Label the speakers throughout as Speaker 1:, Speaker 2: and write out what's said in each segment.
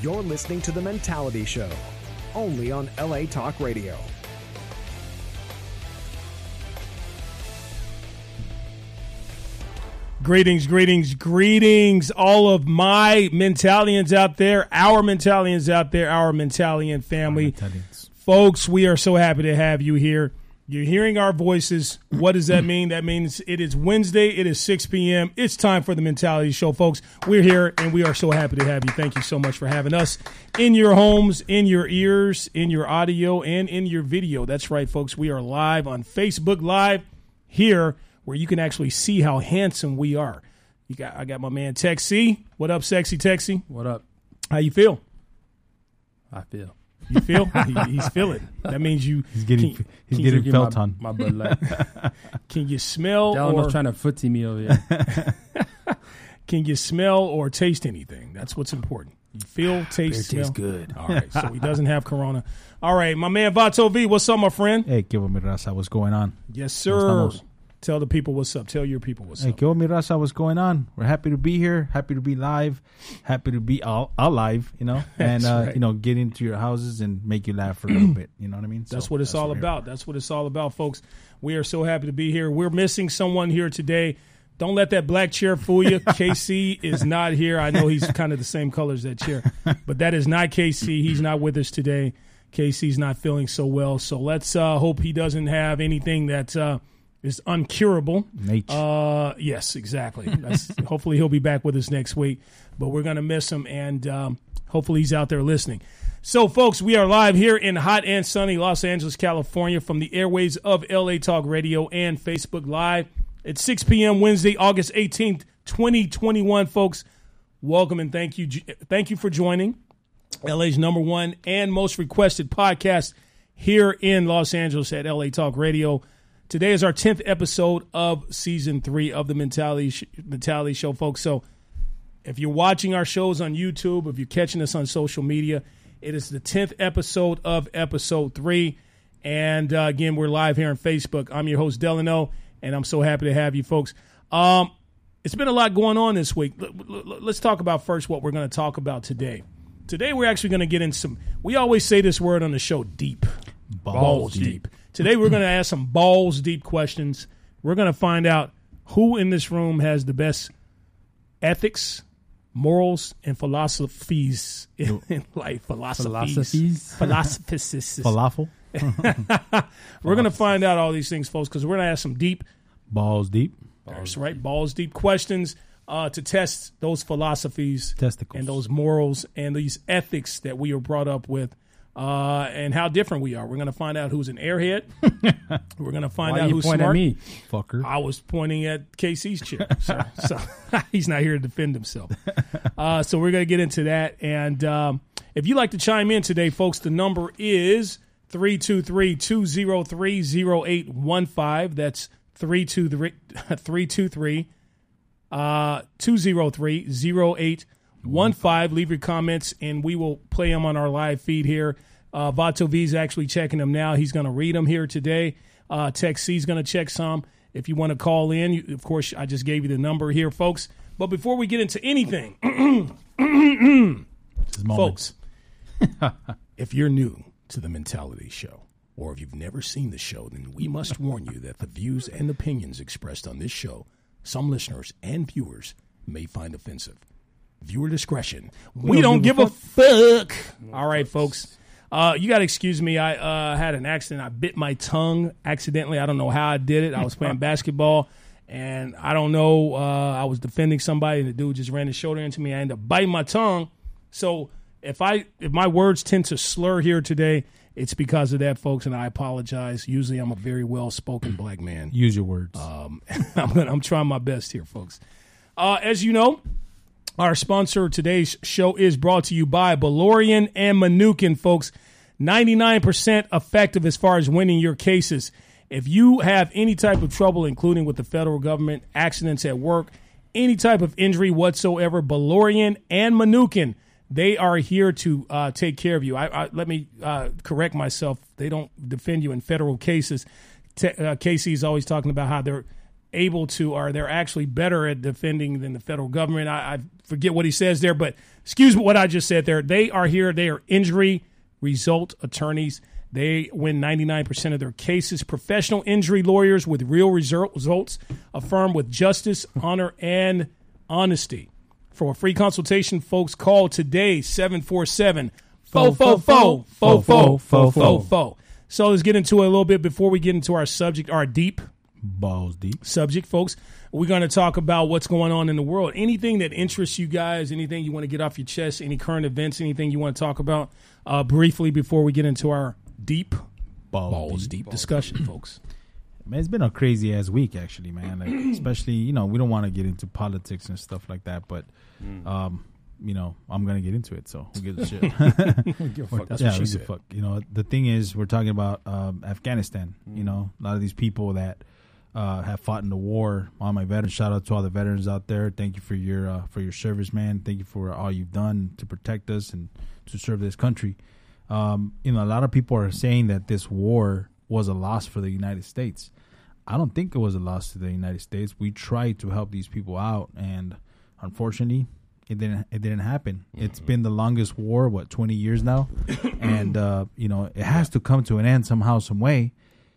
Speaker 1: You're listening to The Mentality Show, only on LA Talk Radio.
Speaker 2: Greetings, greetings, greetings, all of my Mentalians out there, our Mentalians out there, our Mentalian family. Folks, we are so happy to have you here. You're hearing our voices. What does that mean? That means it is Wednesday. It is 6 p.m. It's time for the Mentality Show, folks. We're here and we are so happy to have you. Thank you so much for having us in your homes, in your ears, in your audio, and in your video. That's right, folks. We are live on Facebook Live here where you can actually see how handsome we are. You got, I got my man Texy. What up, sexy Texy?
Speaker 3: What up?
Speaker 2: How you feel?
Speaker 3: I feel.
Speaker 2: You feel? he, he's feeling. That means you.
Speaker 4: He's getting
Speaker 2: Can,
Speaker 4: he's
Speaker 2: can
Speaker 4: getting
Speaker 3: Give
Speaker 4: felt
Speaker 3: my,
Speaker 4: on.
Speaker 3: my blood light.
Speaker 2: can you smell?
Speaker 3: Y'all
Speaker 2: or-
Speaker 3: not trying to footsie me over here.
Speaker 2: Can you smell or taste anything? That's what's important. You feel, taste, smell.
Speaker 3: Ah, good.
Speaker 2: All right, so he doesn't have corona. All right, my man Vato V, what's up, my friend?
Speaker 4: Hey, give me raza. What's going on?
Speaker 2: Yes,
Speaker 4: What's
Speaker 2: sir.
Speaker 4: up, boss?
Speaker 2: Tell the people what's up. Tell your people what's
Speaker 4: Hey,
Speaker 2: up.
Speaker 4: give me raza. What's going on? We're happy to be here. Happy to be live. Happy to be all, alive. You know, and uh,
Speaker 2: right.
Speaker 4: you know, get into your houses and make you laugh for a little bit. You know what I mean?
Speaker 2: That's
Speaker 4: So
Speaker 2: what it's all
Speaker 4: we're here.
Speaker 2: about. That's what it's all about, folks. We are so happy to be here. We're missing someone here today. Don't let that black chair fool you. KC is not here. I know he's kind of the same color as that chair, but that is not KC. He's not with us today. KC's not feeling so well. So let's uh, hope he doesn't have anything that uh, is uncurable.
Speaker 4: Nature.
Speaker 2: Uh, yes, exactly. That's, hopefully, he'll be back with us next week. But we're gonna miss him, and um, hopefully, he's out there listening. So, folks, we are live here in hot and sunny Los Angeles, California, from the airways of LA Talk Radio and Facebook Live at 6 p.m. Wednesday, August 18th, 2021. Folks, welcome and thank you, thank you for joining. LA's number one and most requested podcast here in Los Angeles at LA Talk Radio. Today is our 10th episode of season three of the Mentality, Sh- Mentality Show, folks. So if you're watching our shows on YouTube, if you're catching us on social media, it is the 10th episode of episode three. And uh, again, we're live here on Facebook. I'm your host, Delano, and I'm so happy to have you folks. Um, it's been a lot going on this week. L- l- l- Let's talk about first what we're going to talk about today. Today, we're actually going to get in some, we always say this word on the show deep. Balls, deep. Today, we're going to ask some balls deep questions. We're going to find out who in this room has the best ethics, morals, and philosophies in, in life. Philosophies.
Speaker 3: Philosophies?
Speaker 2: Philosophies.
Speaker 4: falafel.
Speaker 2: we're going to find out all these things, folks, because we're going to ask some deep
Speaker 4: Balls deep.
Speaker 2: That's right. Balls deep questions uh, to test those philosophies
Speaker 4: Testicles.
Speaker 2: and those morals and these ethics that we are brought up with uh, and how different we are. We're going to find out who's an airhead. We're going to find
Speaker 3: Why
Speaker 2: out
Speaker 3: you
Speaker 2: who's
Speaker 3: point
Speaker 2: smart.
Speaker 3: at me?
Speaker 4: Fucker.
Speaker 2: I was pointing at KC's chair, so, so he's not here to defend himself. Uh, so we're going to get into that. And um, if you'd like to chime in today, folks, the number is 323-203-0815. That's 323 323 uh, 203-0815. Leave your comments, and we will play them on our live feed here. Uh, Vato V is actually checking them now. He's going to read them here today. Uh, Tech C is going to check some. If you want to call in, you, of course, I just gave you the number here, folks. But before we get into anything,
Speaker 4: This is moment.
Speaker 2: folks, if you're new to the Mentality Show, or if you've never seen the show, then we must warn you that the views and opinions expressed on this show, some listeners and viewers may find offensive. Viewer discretion. We, don't, give, a, fuck. All right, folks. Uh, you got to excuse me. I uh, had an accident. I bit my tongue accidentally. I don't know how I did it. I was playing basketball, and I don't know. Uh, I was defending somebody, and the dude just ran his shoulder into me. I ended up biting my tongue. So if I if my words tend to slur here today, it's because of that, folks, and I apologize. Usually, I'm a very well spoken black man.
Speaker 4: Use your words.
Speaker 2: Uh, I'm gonna, I'm trying my best here, folks. Uh, as you know, our sponsor of today's show is brought to you by Balorian and Manukin, folks. 99% effective as far as winning your cases. If you have any type of trouble, including with the federal government, accidents at work, any type of injury whatsoever, Balorian and Manukin, they are here to uh, take care of you. I, I, let me uh, correct myself. They don't defend you in federal cases. Te- uh, Casey's always talking about how they're able to, or they're actually better at defending than the federal government. I, I forget what he says there, but excuse what I just said there. They are here. They are injury result attorneys. They win 99% of their cases. Professional injury lawyers with real result- results, a firm with justice, honor, and honesty. For a free consultation, folks, call today 747 fo fo fo fo fo fo fo fo. So let's get into it a little bit before we get into our subject, our deep
Speaker 4: Balls deep.
Speaker 2: subject, folks. We're going to talk about what's going on in the world. Anything that interests you guys, anything you want to get off your chest, any current events, anything you want to talk about uh, briefly before we get into our deep,
Speaker 4: Balls,
Speaker 2: balls deep discussion, folks.
Speaker 4: Man, it's been a crazy ass week actually, man. Like, especially, you know, we don't want to get into politics and stuff like that, but
Speaker 2: Mm.
Speaker 4: um, you know, I'm gonna get into it, so who gives a shit?
Speaker 2: That's
Speaker 4: yeah,
Speaker 2: what she
Speaker 4: who the
Speaker 2: said.
Speaker 4: Fuck. You know, the thing is, we're talking about um, Afghanistan.
Speaker 2: Mm.
Speaker 4: You know, a lot of these people that uh, have fought in the war. All my veterans, shout out to all the veterans out there. Thank you for your uh, for your service, man. Thank you for all you've done to protect us and to serve this country. Um, you know, a lot of people are saying that this war was a loss for the United States. I don't think it was a loss to the United States. We tried to help these people out, and unfortunately, it didn't. It didn't happen. It's been the longest war, what twenty years now, and uh, you know it has to come to an end somehow, some way.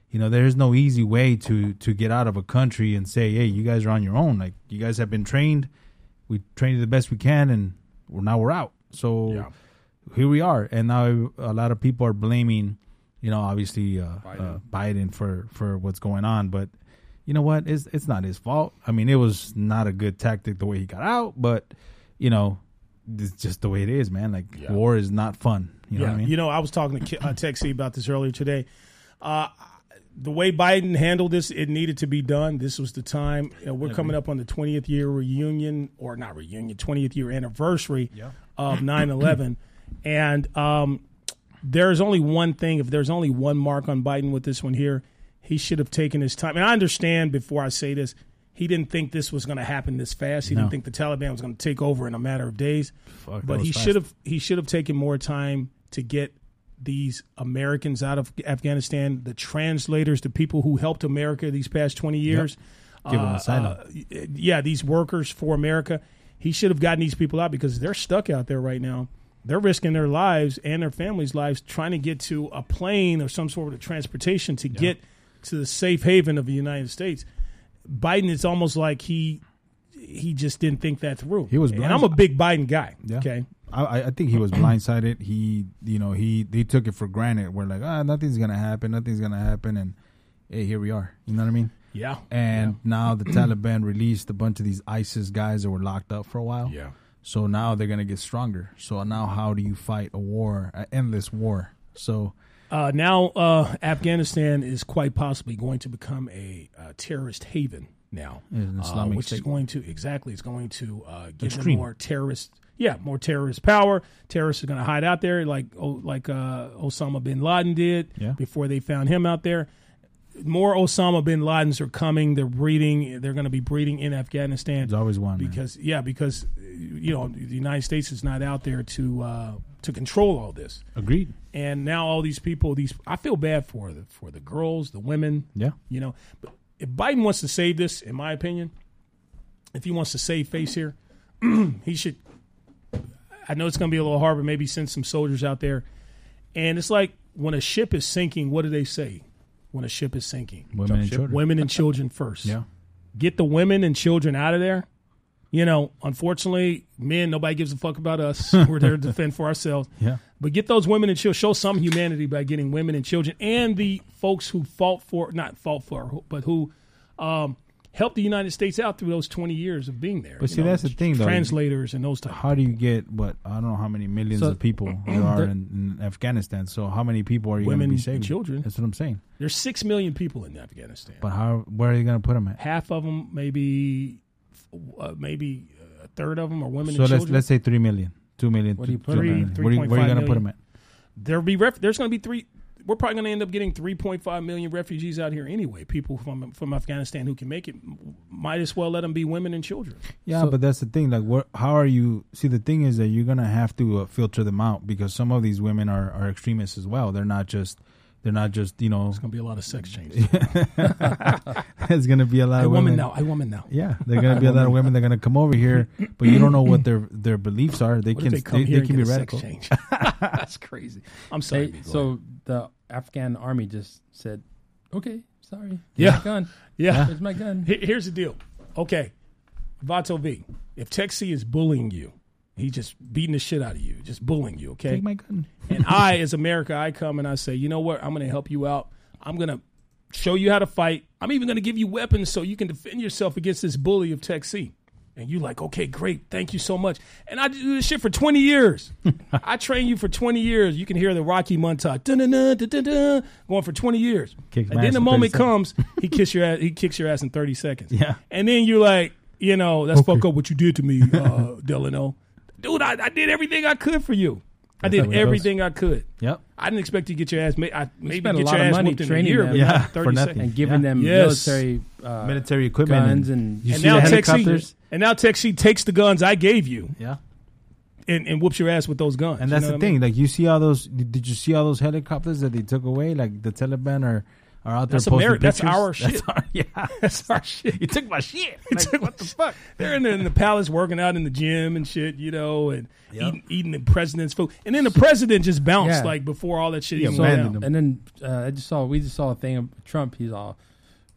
Speaker 4: You know, there is no easy way to to get out of a country and say, "Hey, you guys are on your own. Like you guys have been trained. We trained you the best we can, and we're, now we're out." So
Speaker 5: Yeah.
Speaker 4: here we are, and now a lot of people are blaming, you know, obviously uh, Biden. Uh, Biden for for what's going on, but you know what? It's it's not his fault. I mean, it was not a good tactic the way he got out, but you know, it's just the way it is, man. Like
Speaker 5: Yeah.
Speaker 4: war is not fun. You know
Speaker 2: yeah,
Speaker 4: what I mean?
Speaker 2: you know, I was talking to Ki- uh, Texie about this earlier today. Uh, the way Biden handled this, it needed to be done. This was the time. You know, we're coming up on the 20th year reunion, or not reunion, 20th year anniversary of 9 11. And um, there's only one thing, if there's only one mark on Biden with this one here, he should have taken his time. And I understand before I say this, he didn't think this was going to happen this fast. He didn't think the Taliban was going to take over in a matter of days.
Speaker 4: Fuck, that
Speaker 2: but
Speaker 4: was
Speaker 2: he
Speaker 4: fast.
Speaker 2: should have he should have taken more time to get these Americans out of Afghanistan, the translators, the people who helped America these past 20 years.
Speaker 4: Give them asylum.
Speaker 2: uh, yeah, these workers for America. He should have gotten these people out because they're stuck out there right now. They're risking their lives and their families' lives trying to get to a plane or some sort of transportation to get to the safe haven of the United States. Biden, it's almost like he he just didn't think that through.
Speaker 4: He was
Speaker 2: and
Speaker 4: blind.
Speaker 2: I'm a big Biden guy.
Speaker 4: Yeah.
Speaker 2: Okay,
Speaker 4: I, I- I think he was blindsided. He, you know, he he took it for granted. We're like, ah, nothing's gonna happen. Nothing's gonna happen. And hey, here we are. You know what I mean?
Speaker 2: yeah,
Speaker 4: And now the Taliban released a bunch of these ISIS guys that were locked up for a while.
Speaker 5: Yeah.
Speaker 4: So now they're gonna get stronger. So now how do you fight a war, an endless war? So
Speaker 2: Uh, now, uh, Afghanistan is quite possibly going to become a uh, terrorist haven now,
Speaker 4: an
Speaker 2: uh,
Speaker 4: Islamic
Speaker 2: which is
Speaker 4: state.
Speaker 2: going to exactly it's going to uh, give them
Speaker 4: Extreme.
Speaker 2: more terrorist, yeah, more terrorist power. Terrorists are going to hide out there, like oh, like uh, Osama bin Laden did
Speaker 4: Yeah.
Speaker 2: before they found him out there. More Osama bin Ladens are coming. They're breeding. They're going to be breeding in Afghanistan
Speaker 4: there's always one. man.
Speaker 2: because yeah, because uh, you know the United States is not out there to uh, to control all this
Speaker 4: agreed.
Speaker 2: and now all these people these i feel bad for the for the girls the women
Speaker 4: Yeah.
Speaker 2: you know but if biden wants to save this in my opinion if he wants to save face here he should i know it's going to be a little hard but maybe send some soldiers out there and it's like when a ship is sinking what do they say when a ship is sinking
Speaker 4: Women and
Speaker 5: ship.
Speaker 4: children.
Speaker 2: women and children first
Speaker 4: Yeah.
Speaker 2: get the women and children out of there. You know, unfortunately, men, nobody gives a fuck about us. We're there to defend for ourselves.
Speaker 4: Yeah.
Speaker 2: But get those women and children. Show some humanity by getting women and children and the folks who fought for, not fought for, but who um, helped the United States out through those 20 years of being there.
Speaker 4: But
Speaker 2: you
Speaker 4: see,
Speaker 2: know,
Speaker 4: that's the thing, though.
Speaker 2: Translators and those type.
Speaker 4: how do you get what I don't know how many millions
Speaker 3: So-
Speaker 4: of people there are
Speaker 3: the-
Speaker 4: in, in Afghanistan. So how many people are you going
Speaker 2: Women
Speaker 4: to be
Speaker 2: and
Speaker 4: saving?
Speaker 2: children.
Speaker 4: That's what I'm saying.
Speaker 2: There's 6 million people in Afghanistan.
Speaker 4: But how? Where are you going to put them at?
Speaker 2: Half of them, maybe, uh, maybe a third of them are women
Speaker 4: So
Speaker 2: and
Speaker 4: let's
Speaker 2: children.
Speaker 4: let's say three million, two million,
Speaker 3: What do you put
Speaker 4: two
Speaker 3: 'em at?
Speaker 4: million.
Speaker 2: Three-
Speaker 4: Where, you- where are
Speaker 2: 3.5
Speaker 4: you going to put them
Speaker 2: million.
Speaker 4: at?
Speaker 2: there'll be ref- there's going to be three we're probably going to end up getting 3.5 million refugees out here anyway people from from afghanistan who can make it M- might as well let them be women and children
Speaker 4: Yeah, but that's the thing. Like, what? How are you? See, the thing is that you're gonna have to uh, filter them out because some of these women are, are extremists as well. They're not just They're not just you know.
Speaker 2: It's gonna be a lot of sex changes.
Speaker 4: it's gonna be a lot
Speaker 2: I
Speaker 4: of
Speaker 2: woman
Speaker 4: women.
Speaker 2: now. I woman now.
Speaker 4: Yeah, they're gonna be a lot of women. They're gonna come over here, but you don't know what their their beliefs are. They
Speaker 2: What
Speaker 4: can
Speaker 2: if they come
Speaker 4: they,
Speaker 2: here
Speaker 4: they can be
Speaker 2: and get a
Speaker 4: radical.
Speaker 2: sex change? That's crazy. I'm sorry.
Speaker 3: Hey,
Speaker 2: Big Boy.
Speaker 3: so the Afghan army just said, "Okay, sorry. Here's
Speaker 2: Yeah.
Speaker 3: my gun.
Speaker 2: yeah.
Speaker 3: Here's my gun."
Speaker 2: Here- Here's the deal. Okay, Vato V, if Texi is bullying you, he's just beating the shit out of you, just bullying you. Okay,
Speaker 4: Take my gun.
Speaker 2: and I, as America, I come and I say, you know what? I'm going to help you out. I'm going to show you how to fight. I'm even going to give you weapons so you can defend yourself against this bully of Tech C. And you like, okay, great, thank you so much. And I do this shit for 20 years. I train you for 20 years. You can hear the Rocky montage, dun-dun-dun, dun-dun-dun, going for 20 years.
Speaker 4: Kicks
Speaker 2: and
Speaker 4: my
Speaker 2: then
Speaker 4: ass
Speaker 2: the
Speaker 4: in 30
Speaker 2: moment
Speaker 4: seconds.
Speaker 2: comes, he kicks your ass, he kicks your ass in 30 seconds.
Speaker 4: Yeah.
Speaker 2: And then you're like, you know, that's fuck up what you did to me, uh, Delano. Dude, I, I did everything I could for you. I
Speaker 4: how it
Speaker 2: did
Speaker 4: goes.
Speaker 2: everything I could.
Speaker 4: Yep.
Speaker 2: I didn't expect you to get your ass. ma- I maybe get
Speaker 3: spent a
Speaker 2: your
Speaker 3: lot of
Speaker 2: ass
Speaker 3: money
Speaker 2: whooped in a
Speaker 3: training
Speaker 2: year,
Speaker 3: them.
Speaker 2: but
Speaker 4: Yeah,
Speaker 2: not
Speaker 4: for
Speaker 2: 30
Speaker 4: nothing.
Speaker 2: seconds.
Speaker 3: And giving
Speaker 4: Yeah.
Speaker 3: them
Speaker 2: Yes.
Speaker 3: military uh,
Speaker 4: Military equipment
Speaker 3: guns and,
Speaker 4: you
Speaker 2: And
Speaker 4: see
Speaker 2: now
Speaker 4: the
Speaker 2: Texie,
Speaker 4: helicopters?
Speaker 2: and now Texie takes the guns I gave you
Speaker 4: Yeah.
Speaker 2: and, and whoops your ass with those guns.
Speaker 4: And
Speaker 2: You
Speaker 4: that's
Speaker 2: know
Speaker 4: the
Speaker 2: what I
Speaker 4: thing.
Speaker 2: mean?
Speaker 4: Like you see all those. Did did you see all those helicopters that they took away? Like the Taliban are are out there.
Speaker 2: That's
Speaker 4: posting
Speaker 2: Ameri- that's
Speaker 4: pictures?
Speaker 2: our
Speaker 4: That's
Speaker 2: shit.
Speaker 4: our- yeah.
Speaker 2: That's our shit.
Speaker 4: you took my shit.
Speaker 2: what the fuck? They're in the, in the palace working out in the gym and shit, you know, and eating, eating the president's food. And then the president just bounced
Speaker 3: Yeah.
Speaker 2: like before all that shit
Speaker 4: Yeah,
Speaker 2: even
Speaker 3: So,
Speaker 2: went
Speaker 4: abandoned
Speaker 2: down.
Speaker 4: them.
Speaker 3: and then uh, I just saw we just saw a thing of Trump. He's all,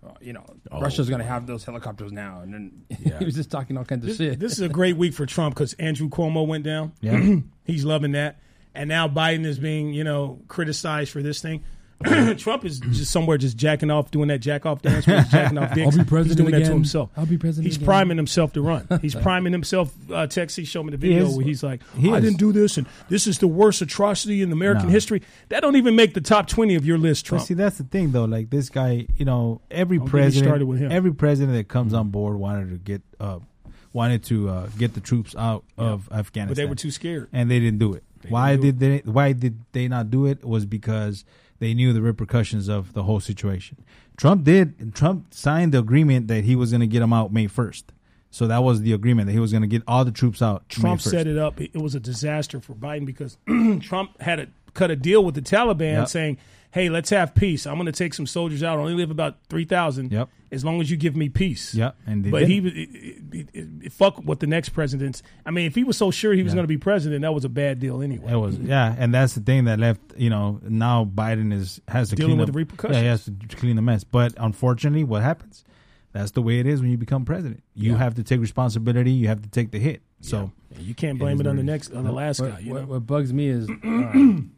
Speaker 3: uh, you know,
Speaker 4: Oh,
Speaker 3: Russia's going to have those helicopters now, and then he was just talking all kinds of shit.
Speaker 2: This is a great week for Trump because Andrew Cuomo went down.
Speaker 4: Yeah.
Speaker 2: He's loving that. And now Biden is being, you know, criticized for this thing. Trump is just somewhere just jacking off, doing that jack off dance where he's jacking off dicks.
Speaker 3: I'll be
Speaker 2: he's
Speaker 3: president
Speaker 2: doing that to
Speaker 3: again.
Speaker 2: himself.
Speaker 3: I'll be president
Speaker 2: He's
Speaker 3: again.
Speaker 2: priming himself to run. He's priming himself. Uh, Texas showed me the video
Speaker 4: is.
Speaker 2: where he's like,
Speaker 4: He
Speaker 2: I
Speaker 4: is.
Speaker 2: didn't do this, and this is the worst atrocity in American
Speaker 4: No.
Speaker 2: history. That don't even make the top 20 of your list,
Speaker 4: But
Speaker 2: Trump.
Speaker 4: see, that's the thing, though. Like this guy, you know, every
Speaker 2: me started
Speaker 4: president,
Speaker 2: with him. Mm-hmm.
Speaker 4: every president that comes on board wanted to get, uh, wanted to uh, get the troops out of Afghanistan,
Speaker 2: but they were too scared.
Speaker 4: and they didn't do it. why did they? Why did they not do it? Was because they knew the repercussions of the whole situation. Trump did. and Trump signed the agreement that he was going to get them out May first. So that was the agreement that he was going to get all the troops out.
Speaker 2: Trump
Speaker 4: May 1st.
Speaker 2: set it up. It it was a disaster for Biden because Trump had a, cut a deal with the Taliban
Speaker 4: Yep.
Speaker 2: saying, "Hey, let's have peace. I'm going to take some soldiers out. I only live about three thousand.
Speaker 4: Yep.
Speaker 2: As long as you give me peace.
Speaker 4: Yep, and they
Speaker 2: but
Speaker 4: didn't.
Speaker 2: he was it, it, it, it, fuck what the next president's. I mean, if he was so sure he was going to be president, that was a bad deal anyway.
Speaker 4: It was yeah, and that's the thing that left you know now Biden is has to
Speaker 2: Dealing
Speaker 4: clean
Speaker 2: with
Speaker 4: up,
Speaker 2: the repercussions.
Speaker 4: Yeah, he has to clean the mess. But unfortunately, what happens? That's the way it is when you become president. You have to take responsibility. You have to take the hit. So
Speaker 2: You can't blame
Speaker 4: is
Speaker 2: it, on
Speaker 4: what
Speaker 2: the
Speaker 4: it is.
Speaker 2: next on the last
Speaker 3: what,
Speaker 2: guy. You
Speaker 3: what-
Speaker 2: know?
Speaker 3: what bugs me is um,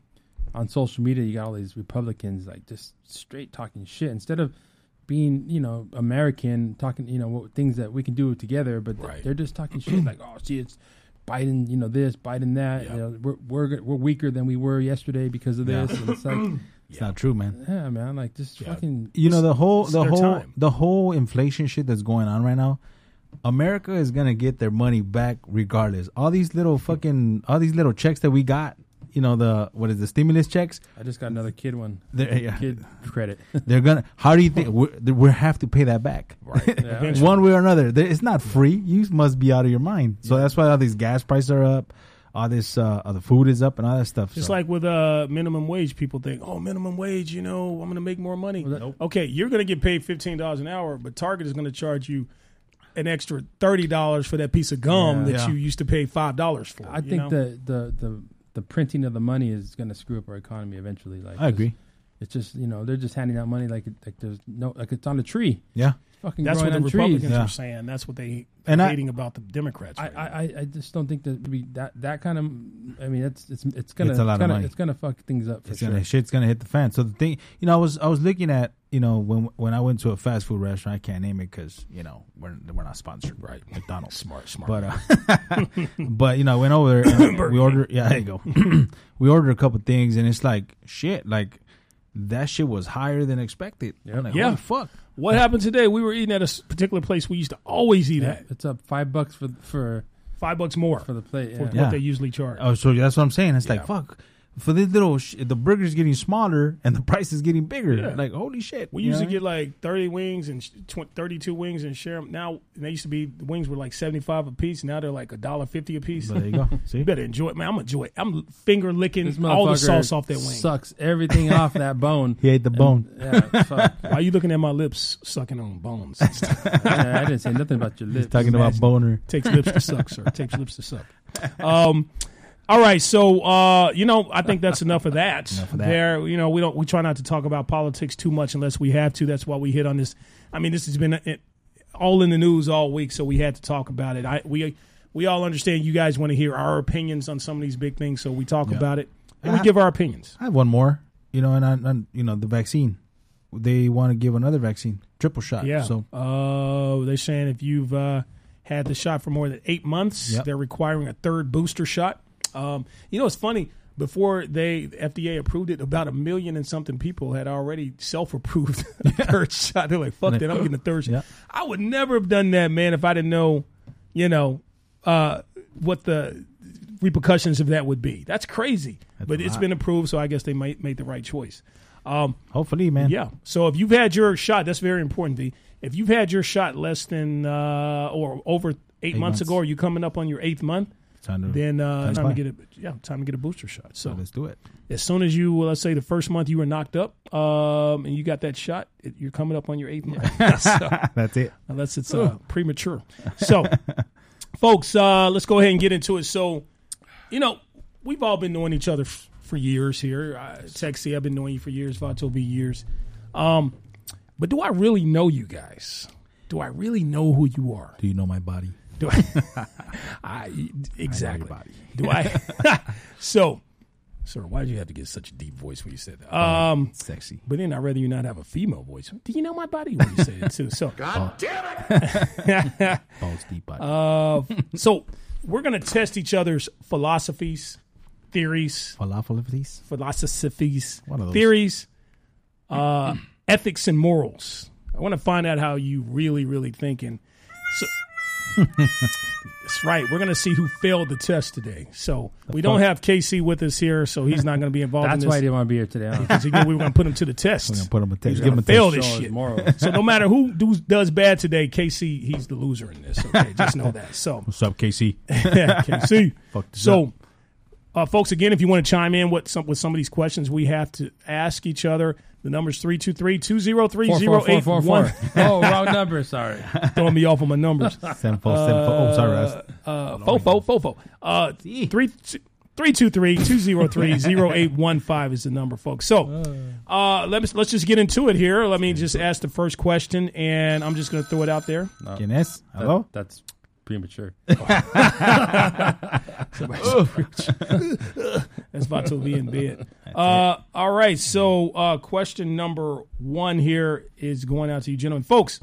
Speaker 3: on social media, you got all these Republicans like just straight talking shit instead of being, you know, American, talking, you know, what, things that we can do together. But th-
Speaker 2: Right.
Speaker 3: they're just talking shit like, oh, see, it's Biden, you know, this, Biden, that.
Speaker 2: Yeah.
Speaker 3: You know, we're, we're g- we're weaker than we were yesterday because of this. And it's like,
Speaker 4: it's not true, man.
Speaker 3: yeah, man, like just fucking.
Speaker 4: You know the whole
Speaker 2: it's
Speaker 4: the
Speaker 2: their
Speaker 4: whole
Speaker 2: time.
Speaker 4: the whole inflation shit that's going on right now. America is gonna get their money back regardless. All these little fucking all these little checks that we got. You know the what is the stimulus checks?
Speaker 3: I just got another kid one.
Speaker 4: They're, yeah,
Speaker 3: Kid credit.
Speaker 4: they're gonna. How do you think we're, we have to pay that back?
Speaker 2: right. Eventually.
Speaker 4: one way or another. There- It's not free. You must be out of your mind. So that's why all these gas prices are up, all this uh, all the food is up, and all that stuff.
Speaker 2: Just
Speaker 4: So-
Speaker 2: like with uh, minimum wage, people think, "Oh, minimum wage, you know, I'm going to make more money." Okay, you're going to get paid fifteen dollars an hour, but Target is going to charge you an extra thirty dollars for that piece of gum
Speaker 4: Yeah.
Speaker 2: that
Speaker 4: Yeah.
Speaker 2: you used to pay five dollars for.
Speaker 3: I
Speaker 2: you
Speaker 3: think
Speaker 2: know?
Speaker 3: the, the the the printing of the money is going to screw up our economy eventually. Like
Speaker 4: I agree.
Speaker 3: It's just you know they're just handing out money like it- like there's no like it's on a tree.
Speaker 4: Yeah,
Speaker 3: Fucking
Speaker 2: that's what
Speaker 3: growing
Speaker 2: the
Speaker 3: on trees.
Speaker 2: Republicans
Speaker 4: Yeah.
Speaker 2: are saying. That's what they
Speaker 4: And I-
Speaker 2: hating about the Democrats.
Speaker 3: I,
Speaker 2: right now.
Speaker 3: I I- I just don't think that we that that kind of I mean that's it's it's gonna
Speaker 4: It's a lot of
Speaker 3: gonna,
Speaker 4: money.
Speaker 3: it's gonna fuck things up for
Speaker 4: it's
Speaker 3: sure.
Speaker 4: gonna shit's gonna hit the fan. So the thing, you know, I was I was looking at you know when when I went to a fast food restaurant, I can't name it because you know we're we're not sponsored, right? McDonald's, smart, smart. But uh, but you know, I went over there and we ordered. Yeah, there you go. we ordered a couple things, and it's like shit, like. That shit was higher than expected. I'm like,
Speaker 2: Yeah.
Speaker 4: holy fuck.
Speaker 2: what happened today? We were eating at a s- particular place we used to always eat at.
Speaker 3: It's up five bucks for for
Speaker 2: Five bucks more
Speaker 3: for
Speaker 2: for
Speaker 3: the plate. Yeah.
Speaker 2: what
Speaker 4: Yeah.
Speaker 2: they usually charge.
Speaker 4: Oh, so that's what I'm saying. It's like fuck. for this little, sh- the burger's getting smaller and the price is getting bigger.
Speaker 2: Yeah.
Speaker 4: Like holy shit!
Speaker 2: We
Speaker 4: You know
Speaker 2: used to
Speaker 4: what I
Speaker 2: get like 30 wings and sh- tw- 32 wings and share them. Now, and they used to be, the wings were like 75 a piece. Now they're like $1.50 a piece.
Speaker 4: mean? But there you go. See,
Speaker 2: You better enjoy it, man. I'm enjoy it. I'm finger
Speaker 3: This
Speaker 2: licking all the
Speaker 3: motherfucker
Speaker 2: sauce off that wing.
Speaker 3: Sucks everything off that bone.
Speaker 4: he ate the bone.
Speaker 3: Yeah, fuck.
Speaker 2: Why are you looking at my lips sucking on bones?
Speaker 3: Yeah, I didn't say nothing about your lips.
Speaker 4: Talking about boner.
Speaker 2: takes lips to suck, sir. Takes lips to suck. Um, all right, so uh, you know, I think that's enough of that.
Speaker 4: Enough of that.
Speaker 2: There, you know, we don't we try not to talk about politics too much unless we have to. That's why we hit on this. I mean, this has been it, all in the news all week, so we had to talk about it. I we we all understand you guys want to hear our opinions on some of these big things, so we talk about it and we
Speaker 4: Uh,
Speaker 2: give our opinions.
Speaker 4: I have one more. You know, and I, and, you know the vaccine. They want to give another vaccine, triple shot.
Speaker 2: Yeah.
Speaker 4: So
Speaker 2: uh, they're saying if you've uh, had the shot for more than eight months,
Speaker 4: Yep.
Speaker 2: they're requiring a third booster shot. Um, you know, it's funny. Before they the FDA approved it, about a million and something people had already self-approved the third shot. They're like, "Fuck that! I'm getting the third shot."
Speaker 4: Yep.
Speaker 2: I would never have done that, man, if I didn't know, you know, uh, what the repercussions of that would be. That's crazy, but
Speaker 4: a
Speaker 2: it's
Speaker 4: lot.
Speaker 2: been approved, so I guess they might made the right choice. Um,
Speaker 4: hopefully, man.
Speaker 2: yeah. So if you've had your shot, that's very important, V. If you've had your shot less than uh, or over eight, months,
Speaker 4: months.
Speaker 2: ago, or you coming up on your eighth month,
Speaker 4: Time to,
Speaker 2: then uh,
Speaker 4: Time's
Speaker 2: time to
Speaker 4: fine.
Speaker 2: get a yeah time to get a booster shot. So
Speaker 4: let's do it.
Speaker 2: as soon as you well, let's say the first month you were knocked up um, and you got that shot, it, you're coming up on your eighth month, So,
Speaker 4: That's it.
Speaker 2: unless it's uh, premature. So, folks, uh, let's go ahead and get into it. So, you know, we've all been knowing each other f- for years here. Uh, Sexy, I've been knowing you for years. Vato be years. Um, but do I really know you guys? Do I really know who you are?
Speaker 4: Do you know my body?
Speaker 2: Do I, I e, exactly?
Speaker 4: body.
Speaker 2: Do I? so, sir, why did you have to get such a deep voice when you said that? Um,
Speaker 4: Sexy.
Speaker 2: but then I'd rather you not have a female voice. Do you know my body when you say it too? So,
Speaker 4: Balls deep body.
Speaker 2: Uh, so we're gonna test each other's philosophies, theories,
Speaker 4: Falafel of these.
Speaker 2: philosophies,
Speaker 4: One of those.
Speaker 2: theories, uh, ethics, and morals. I want to find out how you really, really think. And so, that's right. We're gonna see who failed the test today. So we don't have KC with us here, so he's not gonna be involved.
Speaker 3: That's
Speaker 2: in this
Speaker 3: why I didn't want to be here today. I don't
Speaker 2: because he knew we were gonna put him to the test.
Speaker 4: I'm gonna put him a taste.
Speaker 2: He's
Speaker 4: Give him
Speaker 2: gonna fail
Speaker 4: a taste.
Speaker 2: this
Speaker 3: show his
Speaker 2: shit.
Speaker 3: morals.
Speaker 2: So no matter who do, does bad today, KC, he's the loser in this. Okay, just know that. So
Speaker 4: What's up, KC?
Speaker 2: yeah, can see.
Speaker 4: Fucked this
Speaker 2: so, uh, folks, again, if you want to chime in with some with some of these questions we have to ask each other, the number's 323-203-0814.
Speaker 3: Oh, wrong number. Sorry.
Speaker 2: Throwing me off on my numbers.
Speaker 4: Send fo, send fo. Oh, sorry, Russ.
Speaker 2: Uh, fofo, fofo. Uh, three. 323-203-0815 is the number, folks. So, uh, let's let's just get into it here. Let me just ask the first question, and I'm just going to throw it out there.
Speaker 4: Can S?
Speaker 2: uh,
Speaker 4: Hello.
Speaker 3: That's premature.
Speaker 2: That's about to be in bed. Uh, all right. So, uh, question number one here is going out to you, gentlemen, folks.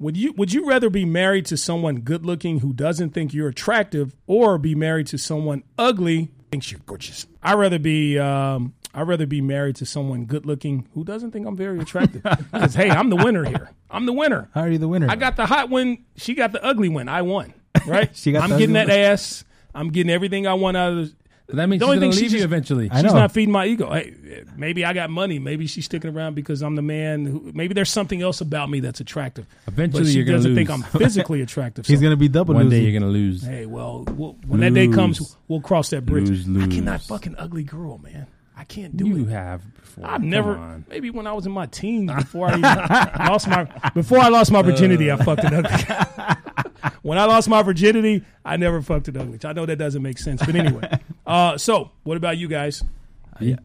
Speaker 2: Would you would you rather be married to someone good looking who doesn't think you're attractive, or be married to someone ugly who thinks you're gorgeous? I would rather be um, I would rather be married to someone good looking who doesn't think I'm very attractive. Because hey, I'm the winner here. I'm the winner.
Speaker 4: How are you the winner?
Speaker 2: I got the hot one. She got the ugly one. I won. Right.
Speaker 4: She got
Speaker 2: I'm
Speaker 4: the
Speaker 2: getting
Speaker 4: ugly
Speaker 2: that ass. I'm getting everything I want out of.
Speaker 3: But that means
Speaker 2: The
Speaker 3: she's
Speaker 2: only thing
Speaker 3: going to
Speaker 2: she
Speaker 3: leave you
Speaker 2: just-
Speaker 3: eventually.
Speaker 4: I
Speaker 2: She's
Speaker 4: know.
Speaker 2: not feeding my ego. Hey, maybe I got money. Maybe she's sticking around because I'm the man. Who, maybe there's something else about me that's attractive.
Speaker 3: Eventually
Speaker 2: but she
Speaker 3: you're gonna
Speaker 2: doesn't think I'm
Speaker 3: lose.
Speaker 2: physically attractive.
Speaker 4: He's
Speaker 2: so,
Speaker 4: gonna be double.
Speaker 3: One day
Speaker 4: losing.
Speaker 3: you're going to lose.
Speaker 2: hey, well, we'll when that day
Speaker 3: Lose.
Speaker 2: comes, we'll cross that bridge.
Speaker 3: Lose,
Speaker 2: I cannot
Speaker 3: lose.
Speaker 2: fucking ugly girl, man. I can't do
Speaker 3: You
Speaker 2: it.
Speaker 3: have before.
Speaker 2: I've
Speaker 3: Come
Speaker 2: never.
Speaker 3: on.
Speaker 2: Maybe when I was in my teens, before I even lost my before I lost my virginity, I fucked an ugly. guy. when I lost my virginity, I never fucked an ugly. I know that doesn't make sense, but anyway. Uh, so, what about you guys?
Speaker 4: You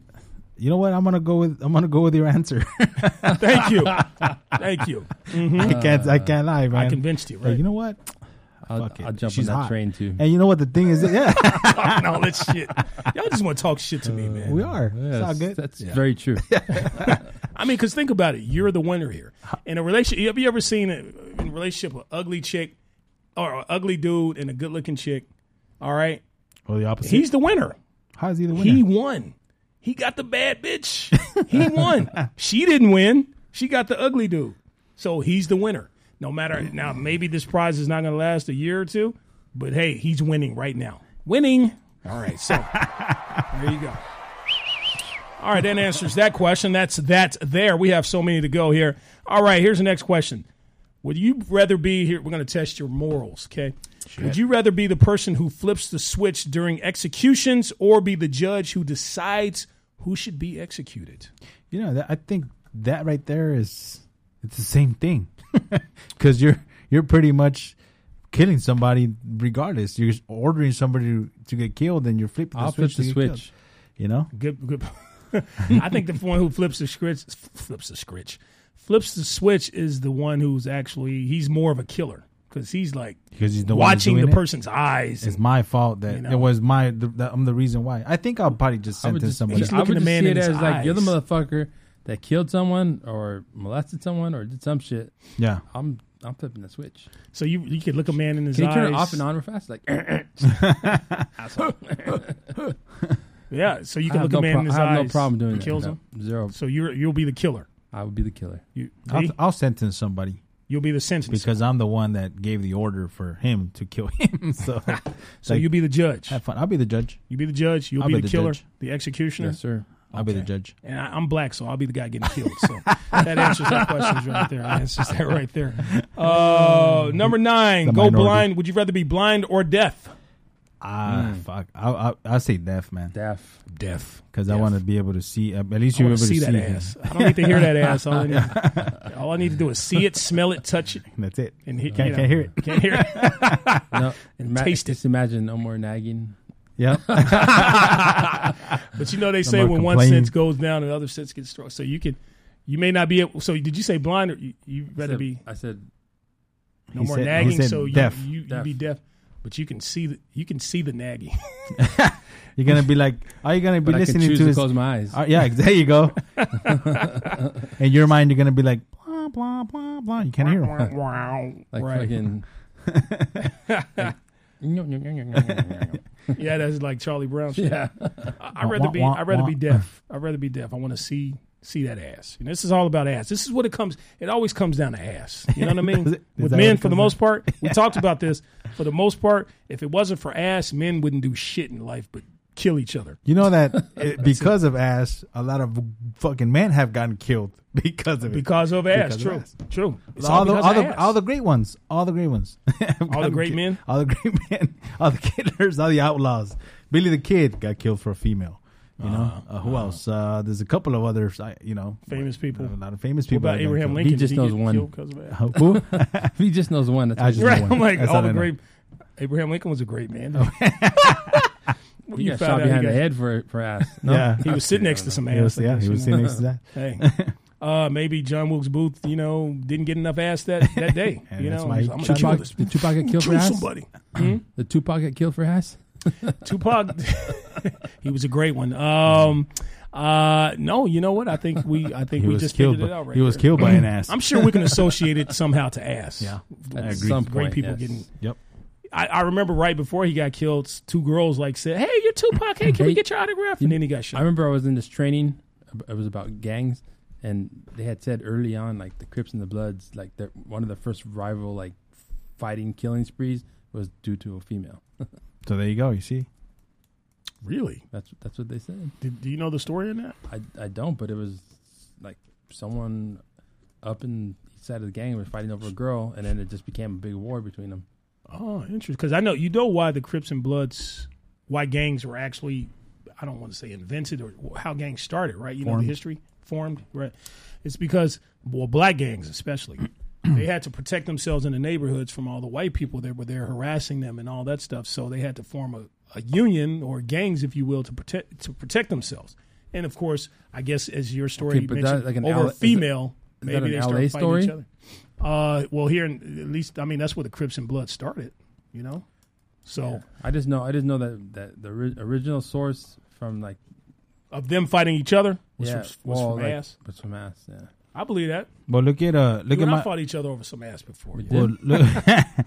Speaker 4: know what? I'm gonna go with. I'm gonna go with your answer.
Speaker 2: Thank you. Thank you.
Speaker 4: I can't. I can't lie, man.
Speaker 2: Hmm. I convinced you,
Speaker 4: Hey,
Speaker 2: right?
Speaker 4: you know what?
Speaker 3: I'll,
Speaker 4: Fuck it.
Speaker 3: I'll jump
Speaker 4: She's
Speaker 3: on that
Speaker 4: hot.
Speaker 3: train too.
Speaker 4: And you know what the thing is? Yeah,
Speaker 2: Talking all that shit. Y'all just want to talk shit to me, man.
Speaker 4: we are.
Speaker 3: Yes,
Speaker 4: it's all good.
Speaker 3: That's very true.
Speaker 2: I mean, because think about it. You're the winner here. In a relationship, have you ever seen a, in a relationship an ugly chick or an ugly dude and a good looking chick? All right.
Speaker 4: Well, the opposite.
Speaker 2: He's the winner.
Speaker 4: How is he the winner?
Speaker 2: He won. He got the bad bitch. He won. she didn't win. She got the ugly dude. So he's the winner. No matter now, maybe this prize is not going to last a year or two, but hey, he's winning right now. Winning. All right. So there you go. All right, that answers that question. That's that's there. We have so many to go here. All right, here's the next question. Would you rather be here? We're going to test your morals, okay? Would you rather be the person who flips the switch during executions or be the judge who decides who should be executed?
Speaker 4: You know, that, I think that right there is it's the same thing because you're you're pretty much killing somebody regardless. You're ordering somebody to, to get killed, and you're flipping the
Speaker 3: I'll flip
Speaker 4: switch.
Speaker 3: the
Speaker 4: to get killed,
Speaker 3: switch.
Speaker 4: you know,
Speaker 2: Good, good. I think the one who flips the switch flips the switch flips the switch is the one who's actually he's more of a killer because he's like
Speaker 4: because he's the one
Speaker 2: watching the
Speaker 4: doing it.
Speaker 2: person's eyes.
Speaker 4: It's
Speaker 2: And,
Speaker 4: my fault that
Speaker 2: You know.
Speaker 4: it was my. The, that I'm the reason why. I think I'll probably just
Speaker 3: I would
Speaker 4: sentence
Speaker 3: just,
Speaker 4: somebody.
Speaker 2: just
Speaker 3: I
Speaker 2: looking
Speaker 3: would
Speaker 2: the
Speaker 3: just
Speaker 2: man
Speaker 3: see
Speaker 2: in
Speaker 3: it
Speaker 2: his
Speaker 3: as like you're the
Speaker 2: eyes.
Speaker 3: motherfucker that killed someone or molested someone or did some shit.
Speaker 4: yeah,
Speaker 3: I'm I'm flipping the switch.
Speaker 2: so you you could look a man in his
Speaker 3: Can you
Speaker 2: eyes.
Speaker 3: turn it off and on real fast? Like asshole.
Speaker 2: Yeah, so you
Speaker 3: I
Speaker 2: can
Speaker 3: have
Speaker 2: look
Speaker 3: no
Speaker 2: a man
Speaker 3: pro-
Speaker 2: in his
Speaker 3: I have
Speaker 2: eyes.
Speaker 3: no problem doing
Speaker 2: and
Speaker 3: that.
Speaker 2: Kills
Speaker 3: No,
Speaker 2: him.
Speaker 3: Zero.
Speaker 2: So you're you'll be the killer.
Speaker 3: I would be the killer.
Speaker 2: You
Speaker 4: I'll,
Speaker 2: see?
Speaker 4: I'll sentence somebody
Speaker 2: you'll be the sentence.
Speaker 4: because I'm the one that gave the order for him to kill him. so,
Speaker 2: so you'll be the judge.
Speaker 4: have fun. I'll be the judge.
Speaker 2: You'll be the judge. You'll
Speaker 4: I'll
Speaker 2: be,
Speaker 4: be
Speaker 2: the
Speaker 4: the
Speaker 2: killer,
Speaker 4: judge.
Speaker 2: the executioner.
Speaker 3: Yes, sir.
Speaker 4: I'll be the judge.
Speaker 2: And I, I'm black, so I'll be the guy getting killed. So that answers that questions right there. That answers that right there. Uh, number nine,
Speaker 4: The
Speaker 2: go
Speaker 4: minority.
Speaker 2: blind. Would you rather be blind or deaf?
Speaker 4: Ah,
Speaker 2: Mm.
Speaker 4: fuck. I I I say deaf man
Speaker 3: Deaf.
Speaker 2: Deaf.
Speaker 4: because I want to be able to see. At least
Speaker 2: I
Speaker 4: you're
Speaker 2: want
Speaker 4: able
Speaker 2: to see that
Speaker 4: to see
Speaker 2: ass.
Speaker 4: him.
Speaker 2: I don't need to hear that ass. All I need, all I need to do is see it, smell it, touch it,
Speaker 4: That's it.
Speaker 2: and he,
Speaker 4: Can't-
Speaker 2: you know,
Speaker 4: can't hear it.
Speaker 2: Can't hear it.
Speaker 3: No, ima-
Speaker 2: Taste it.
Speaker 3: just imagine no more nagging.
Speaker 4: Yeah.
Speaker 2: But you know they say
Speaker 4: more
Speaker 2: when one
Speaker 4: complaining.
Speaker 2: sense goes down, the other sense gets stronger. So you can, you may not be able. So did you say blind or you, you
Speaker 3: I
Speaker 2: rather
Speaker 3: said-
Speaker 2: be
Speaker 3: I said
Speaker 2: no
Speaker 4: He
Speaker 2: more
Speaker 4: said- he
Speaker 2: nagging?
Speaker 4: said
Speaker 2: So you,
Speaker 4: deaf.
Speaker 2: you you
Speaker 3: Deaf.
Speaker 2: be deaf, but you can see the you can see the nagging.
Speaker 4: You're gonna be like, are you gonna be
Speaker 3: but I could
Speaker 4: listening
Speaker 3: choose
Speaker 4: to
Speaker 3: to
Speaker 4: his?
Speaker 3: close my eyes.
Speaker 4: Uh, yeah, there you go. In your mind, you're gonna be like, blah blah blah blah. You can't hear him.
Speaker 3: Like
Speaker 2: right.
Speaker 3: fucking.
Speaker 2: yeah, that's like Charlie Brown. Shit.
Speaker 3: yeah.
Speaker 2: I'd rather be I'd rather be deaf. I'd rather be deaf. I want to see see that ass. And this is all about ass. This is what it comes. It always comes down to ass. You know what I mean?
Speaker 4: Does it- is
Speaker 2: With
Speaker 4: that
Speaker 2: men,
Speaker 4: what it
Speaker 2: for the
Speaker 4: comes
Speaker 2: most part, we talked about this. For the most part, if it wasn't for ass, men wouldn't do shit in life but kill each other.
Speaker 4: You know that it, because of ass, a lot of fucking men have gotten killed because of it.
Speaker 2: Because of ass.
Speaker 4: Because of
Speaker 2: true.
Speaker 4: ass.
Speaker 2: True. It's all,
Speaker 4: all, the,
Speaker 2: because
Speaker 4: all,
Speaker 2: of
Speaker 4: the,
Speaker 2: ass.
Speaker 4: all the great ones, all the great ones, have gotten
Speaker 2: great
Speaker 4: ki-
Speaker 2: men?
Speaker 4: all the great men, all the killers, all the outlaws. Billy the Kid got killed for a female. You know uh, who else? Uh, there's a couple of others. I- You know,
Speaker 2: Uh-huh. Famous people.
Speaker 4: A lot of famous
Speaker 2: what
Speaker 4: people.
Speaker 2: about
Speaker 4: that got
Speaker 2: Abraham
Speaker 4: killed.
Speaker 2: Lincoln?
Speaker 3: just
Speaker 2: Did he
Speaker 3: knows
Speaker 2: get
Speaker 3: one.
Speaker 2: killed 'cause of ass?
Speaker 4: Who?
Speaker 3: he just knows one. That's
Speaker 4: I
Speaker 3: all
Speaker 4: just
Speaker 3: he
Speaker 4: know
Speaker 2: Right.
Speaker 4: one.
Speaker 2: I'm like,
Speaker 4: That's
Speaker 2: all
Speaker 4: all
Speaker 2: the
Speaker 4: I know. Oh.
Speaker 2: great Abraham Lincoln was a great man. Well,
Speaker 3: He
Speaker 2: you
Speaker 3: got
Speaker 2: found out
Speaker 3: shot
Speaker 2: he
Speaker 3: behind the
Speaker 2: got-
Speaker 3: head for for ass. No,
Speaker 4: Yeah,
Speaker 2: He was sitting next to some ass.
Speaker 4: He was-
Speaker 2: I
Speaker 4: yeah,
Speaker 2: guess,
Speaker 4: he
Speaker 2: you
Speaker 4: was
Speaker 2: know?
Speaker 4: sitting next to that.
Speaker 2: hey, uh, maybe John Wilkes Booth, you know, didn't get enough ass that, that day.
Speaker 4: And
Speaker 2: you
Speaker 4: that's
Speaker 2: know,
Speaker 4: why he
Speaker 2: I'm gonna
Speaker 4: shot
Speaker 2: kill
Speaker 3: Tupac,
Speaker 2: this.
Speaker 3: did Tupac get killed for
Speaker 2: Kill
Speaker 3: ass?
Speaker 2: somebody.
Speaker 3: The Tupac get killed for ass?
Speaker 2: Tupac, he was a great one. Um, uh, no, you know what? I think we, I think
Speaker 4: He
Speaker 2: we
Speaker 4: was
Speaker 2: just
Speaker 4: killed.
Speaker 2: figured it
Speaker 4: by-
Speaker 2: out right
Speaker 4: He was
Speaker 2: there.
Speaker 4: killed by an ass.
Speaker 2: I'm sure we can associate it somehow to ass.
Speaker 4: Yeah, I
Speaker 3: At
Speaker 4: agree.
Speaker 3: some
Speaker 2: Great
Speaker 3: point,
Speaker 2: people
Speaker 3: yes.
Speaker 2: getting.
Speaker 4: Yep.
Speaker 2: I, I remember right before he got killed, s- two girls like said, "Hey, you're Tupac. Hey, can we
Speaker 3: Hey.
Speaker 2: get your autograph?" And then he got shot.
Speaker 3: I remember I was in this training. ab- It was about gangs, and they had said early on, like the Crips and the Bloods, like their, one of the first rival like fighting killing sprees was due to a female.
Speaker 4: So there you go. You see,
Speaker 2: really?
Speaker 3: That's that's what they said.
Speaker 2: Did, do you know the story in that?
Speaker 3: I I don't, but it was like someone up in the side of the gang was fighting over a girl, and then it just became a big war between them.
Speaker 2: Oh, interesting. Because I know you know why the Crips and Bloods, why gangs were actually, I don't want to say invented or how gangs started, right? You know the
Speaker 4: Formed.
Speaker 2: history formed, right? It's because well, black gangs especially, they had to protect themselves in the neighborhoods from all the white people that were there harassing them and all that stuff. So they had to form a, a union or gangs, if you will, to protect to protect themselves. And of course, I guess as your story
Speaker 3: Okay, but that-
Speaker 2: mentioned,
Speaker 3: like an
Speaker 2: over
Speaker 3: L-
Speaker 2: a
Speaker 3: is it-
Speaker 2: female,
Speaker 3: is that
Speaker 2: maybe they
Speaker 3: an LA
Speaker 2: start fighting
Speaker 3: story?
Speaker 2: each other. Uh, well, here in, at least, I mean, that's where the Crips and Blood started, you know. So
Speaker 3: I just know I just know that that the ori- original source from like
Speaker 2: of them fighting each other was from,
Speaker 3: yeah,
Speaker 2: was
Speaker 3: well,
Speaker 2: from
Speaker 3: like,
Speaker 2: ass.
Speaker 3: was from ass. Yeah,
Speaker 2: I believe that.
Speaker 4: well, look at uh,
Speaker 2: You
Speaker 4: look at
Speaker 2: and I
Speaker 4: my
Speaker 2: fought each other over some ass before. yeah.
Speaker 4: well, look,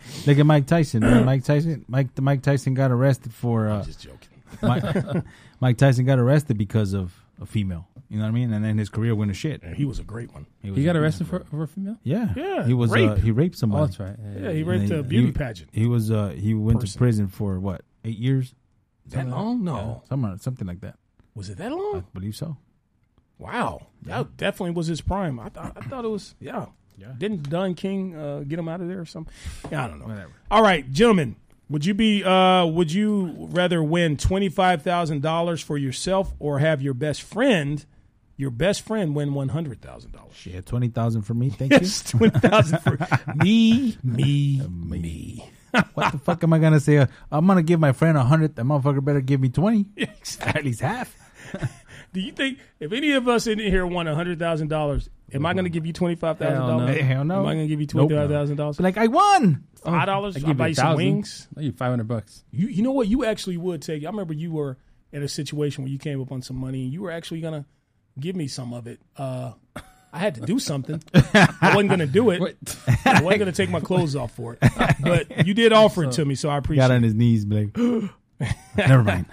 Speaker 4: look at Mike Tyson. man. Mike Tyson, Mike, the Mike Tyson got arrested for uh,
Speaker 2: Just joking.
Speaker 4: Mike, Mike Tyson got arrested because of a female. You know what I mean? And then his career went to shit.
Speaker 2: He was a great one.
Speaker 4: was-
Speaker 3: he got arrested for over a female.
Speaker 4: Yeah,
Speaker 2: Yeah,
Speaker 4: He was
Speaker 2: rape.
Speaker 4: Uh, he raped
Speaker 3: Oh,
Speaker 4: somebody.
Speaker 3: that's right.
Speaker 2: Yeah, he
Speaker 4: And
Speaker 2: raped
Speaker 4: he-
Speaker 2: a beauty
Speaker 4: he-
Speaker 2: pageant.
Speaker 4: He was uh, he went to
Speaker 2: Person.
Speaker 4: prison for what eight years,
Speaker 2: That long? No.
Speaker 4: somewhere something like that.
Speaker 2: Was it that
Speaker 4: I
Speaker 2: long?
Speaker 4: believe so.
Speaker 2: Wow, that definitely was his prime. I thought, I thought it was, yeah.
Speaker 4: Yeah.
Speaker 2: Didn't Don King uh, get him out of there or something? Yeah, I don't know.
Speaker 4: Whatever.
Speaker 2: All right, gentlemen, would you be? Uh, would you rather win twenty five thousand dollars for yourself or have your best friend, your best friend, win one hundred thousand dollars?
Speaker 4: Yeah, twenty thousand for me. Thank
Speaker 2: Yes, twenty thousand for me, me, me.
Speaker 4: you. What the fuck am I gonna say? Uh, I'm gonna give my friend a hundred. That motherfucker better give me twenty. At least half.
Speaker 2: Do you think if any of us in here won hundred thousand dollars, am I going to give you twenty five thousand
Speaker 3: Hell no.
Speaker 2: dollars?
Speaker 4: Hell no.
Speaker 2: Am I going to give you
Speaker 4: Nope.
Speaker 2: twenty five thousand dollars?
Speaker 4: Be like I won.
Speaker 2: Five dollars?
Speaker 3: I
Speaker 2: I
Speaker 3: give you
Speaker 2: buy
Speaker 3: a
Speaker 2: you some
Speaker 3: thousand.
Speaker 2: wings.
Speaker 3: I give you five hundred bucks.
Speaker 2: You you know what? You actually would take. I remember you were in a situation where you came up on some money and you were actually gonna give me some of it. Uh, I had to do something. I wasn't gonna do it. I wasn't gonna take my clothes off for it. But you did offer it to me, so I appreciate
Speaker 4: Got
Speaker 2: it.
Speaker 4: on his knees. Be like, never mind.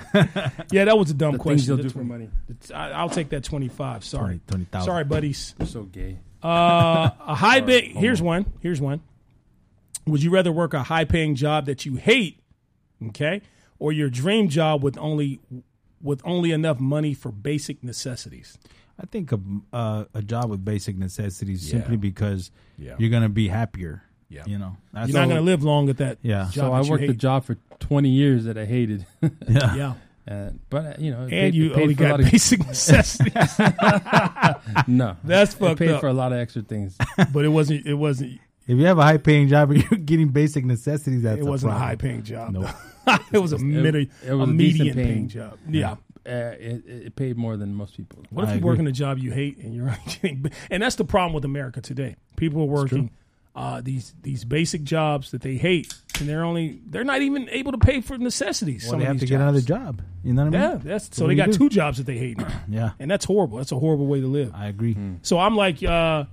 Speaker 2: Yeah, that was a dumb
Speaker 3: Things
Speaker 2: question.
Speaker 3: you'll do
Speaker 2: That's
Speaker 3: for money.
Speaker 2: what- I, I'll take that twenty five. Sorry,
Speaker 4: 20,000.
Speaker 2: Sorry, buddies.
Speaker 3: You're so gay.
Speaker 2: Uh, a high pay. Here's one. Here's one. Would you rather work a high paying job that you hate, okay, or your dream job with only with only enough money for basic necessities?
Speaker 4: I think a uh, a job with basic necessities
Speaker 2: Yeah.
Speaker 4: simply because
Speaker 2: Yeah.
Speaker 4: you're gonna be happier.
Speaker 2: Yeah.
Speaker 4: you know. That's
Speaker 2: You're not
Speaker 4: all-
Speaker 2: going to live long at that.
Speaker 4: Yeah.
Speaker 2: job
Speaker 4: So
Speaker 3: So I
Speaker 2: that you
Speaker 3: worked a
Speaker 2: hate.
Speaker 3: job for twenty years that I hated,
Speaker 2: Yeah,
Speaker 3: and, but uh, you know, it
Speaker 2: and
Speaker 3: paid-
Speaker 2: you
Speaker 3: it paid
Speaker 2: only
Speaker 3: for a
Speaker 2: got
Speaker 3: lot of-
Speaker 2: basic necessities,
Speaker 3: no.
Speaker 2: That's
Speaker 3: It
Speaker 2: fucked
Speaker 3: paid
Speaker 2: up.
Speaker 3: for a lot of extra things. Uh,
Speaker 2: but it wasn't. It wasn't.
Speaker 4: If you have a high paying job and you're getting basic necessities, that's
Speaker 2: It wasn't a
Speaker 4: problem.
Speaker 2: high paying job.
Speaker 4: No.
Speaker 2: though. it was a middle,
Speaker 3: it was
Speaker 2: a
Speaker 3: a
Speaker 2: median
Speaker 3: decent paying-
Speaker 2: paying job. Yeah.
Speaker 3: Uh, it, it paid more than most people.
Speaker 2: What if
Speaker 4: I
Speaker 2: you
Speaker 4: agree.
Speaker 2: work in a job you hate and you're getting, and that's the problem with America today. People are working uh, these these basic jobs that they hate, and they're only they're not even able to pay for necessities.
Speaker 4: Well,
Speaker 2: some
Speaker 4: they
Speaker 2: of
Speaker 4: have to
Speaker 2: these
Speaker 4: get another
Speaker 2: jobs.
Speaker 4: job. You know what I
Speaker 2: Yeah,
Speaker 4: mean?
Speaker 2: that's so
Speaker 4: What
Speaker 2: they
Speaker 4: do you
Speaker 2: got
Speaker 4: do?
Speaker 2: two jobs that they hate, now.
Speaker 4: Yeah,
Speaker 2: and that's horrible. That's a horrible way to live.
Speaker 4: I agree.
Speaker 2: So I'm like, uh,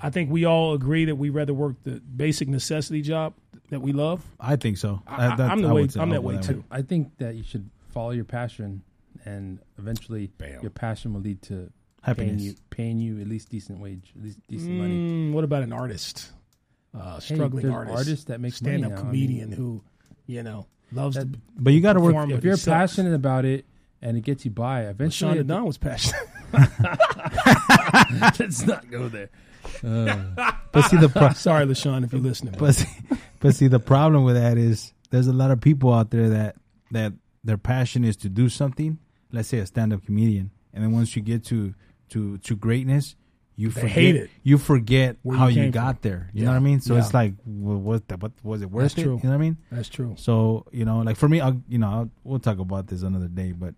Speaker 2: I think we all agree that we rather work the basic necessity job that we love.
Speaker 4: I think so.
Speaker 2: I,
Speaker 4: That-
Speaker 2: am the
Speaker 4: I
Speaker 2: way.
Speaker 4: would say oh,
Speaker 2: I'm
Speaker 4: I
Speaker 2: that
Speaker 4: would
Speaker 2: way
Speaker 4: go
Speaker 2: too.
Speaker 3: I think that you should follow your passion, and eventually
Speaker 2: Bam.
Speaker 3: your passion will lead to paying
Speaker 4: Happiness.
Speaker 3: you, paying you at least decent wage, at least decent money.
Speaker 2: Mm, what about an artist? Uh,
Speaker 3: Hey,
Speaker 2: struggling
Speaker 3: there's
Speaker 2: artist,
Speaker 3: artists that make money
Speaker 2: stand-up
Speaker 3: now. I mean,
Speaker 2: comedian who, you know, loves
Speaker 3: That-
Speaker 2: to.
Speaker 4: But you got to work.
Speaker 2: Perform-
Speaker 3: if
Speaker 2: but
Speaker 3: you're
Speaker 2: he sucks.
Speaker 3: passionate about it and it gets you by, eventually
Speaker 2: Sean Don was passionate.
Speaker 3: let's not go there.
Speaker 4: Uh, But see the pro-
Speaker 2: Sorry, LaShawn, if you're listening. But
Speaker 4: but see, but see the problem with that is there's a lot of people out there that that their passion is to do something. Let's say a stand-up comedian, and then once you get to to to greatness, you forget
Speaker 2: hate it.
Speaker 4: you forget
Speaker 2: Where you
Speaker 4: how you,
Speaker 2: came
Speaker 4: got there. You know
Speaker 2: Yeah.
Speaker 4: what I mean? So it's
Speaker 2: Yeah.
Speaker 4: like, well, what the, what was it worth
Speaker 2: That's
Speaker 4: it?
Speaker 2: true.
Speaker 4: You know what I mean?
Speaker 2: that's true.
Speaker 4: So you know, like for me, I'll, you know, I'll, we'll talk about this another day. But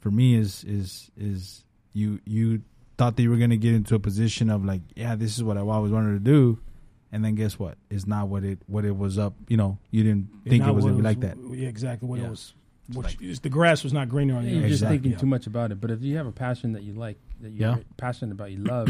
Speaker 4: for me, is is is you you thought that you were gonna get into a position of like, yeah, this is what I always wanted to do, and then guess what? It's not what it what it was up. You know, you didn't think
Speaker 2: Not
Speaker 4: it was
Speaker 2: what
Speaker 4: gonna be like that.
Speaker 2: Yeah, exactly. What
Speaker 4: Yeah.
Speaker 2: it was. What you- the grass was not greener on the
Speaker 3: You're
Speaker 2: other
Speaker 3: just
Speaker 2: side.
Speaker 4: Exactly.
Speaker 3: thinking
Speaker 2: Yeah.
Speaker 3: too much about it. But if you have a passion that you like, that you're
Speaker 4: Yeah.
Speaker 3: passionate about, you love.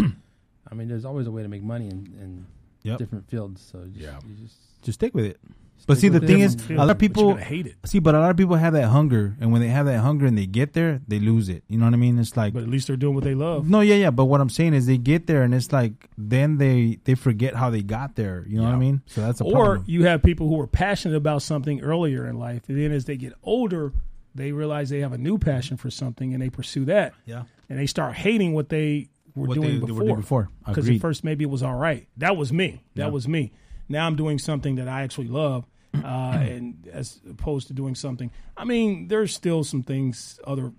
Speaker 3: I mean, there's always a way to make money in, in
Speaker 4: Yep.
Speaker 3: different fields. So just,
Speaker 2: Yeah.
Speaker 3: you just
Speaker 4: Just stick with it. But see, the
Speaker 3: with
Speaker 4: thing
Speaker 3: it.
Speaker 4: is,
Speaker 2: But
Speaker 4: a
Speaker 2: you're
Speaker 4: lot of people
Speaker 2: gonna hate it.
Speaker 4: see, but a lot of people have that hunger, and when they have that hunger and they get there, they lose it. You know what I mean? It's like
Speaker 2: But at least they're doing what they love.
Speaker 4: No, yeah, yeah. But what I'm saying is, they get there, and it's like then they they forget how they got there. You know what I
Speaker 2: Yeah.
Speaker 4: mean? So that's a
Speaker 2: or
Speaker 4: problem.
Speaker 2: you have people who are passionate about something earlier in life, and then as they get older, they realize they have a new passion for something, and they pursue that,
Speaker 4: yeah,
Speaker 2: and they start hating what they were
Speaker 4: What
Speaker 2: doing
Speaker 4: they- they
Speaker 2: before.
Speaker 4: were doing before.
Speaker 2: because at
Speaker 4: Agreed.
Speaker 2: first maybe it was all right. That was me. That was me. Now I'm doing something that I actually love, uh, and as opposed to doing something. I mean, there's still some things, other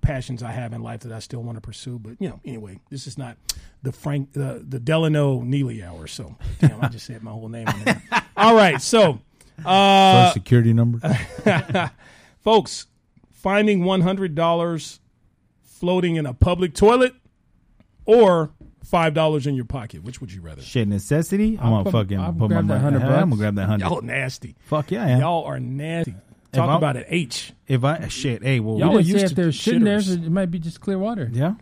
Speaker 2: passions I have in life that I still want to pursue. But you know, anyway, this is not the Frank, the the Delano Neely hour. So damn, I just said my whole name. on there. all right, so Uh,
Speaker 4: Social security number.
Speaker 2: folks, finding one hundred dollars floating in a public toilet, or five dollars in your pocket. Which would you rather?
Speaker 4: Shit, necessity. I'm gonna
Speaker 3: put-
Speaker 4: fucking
Speaker 3: I'll
Speaker 4: put my
Speaker 3: grab that
Speaker 4: money.
Speaker 3: 100
Speaker 4: Hell, I'm
Speaker 3: bucks.
Speaker 4: gonna grab that hundred.
Speaker 2: Y'all nasty.
Speaker 4: Fuck yeah, I am.
Speaker 2: Y'all are nasty. Talk
Speaker 4: I'm-
Speaker 2: about an H.
Speaker 4: If I shit, hey, well,
Speaker 3: you
Speaker 2: Y'all
Speaker 4: we
Speaker 2: are
Speaker 3: didn't
Speaker 4: just-
Speaker 2: used
Speaker 3: say
Speaker 2: to
Speaker 3: if there's shit in there,
Speaker 2: shitters.
Speaker 3: so it might be just clear water.
Speaker 4: yeah.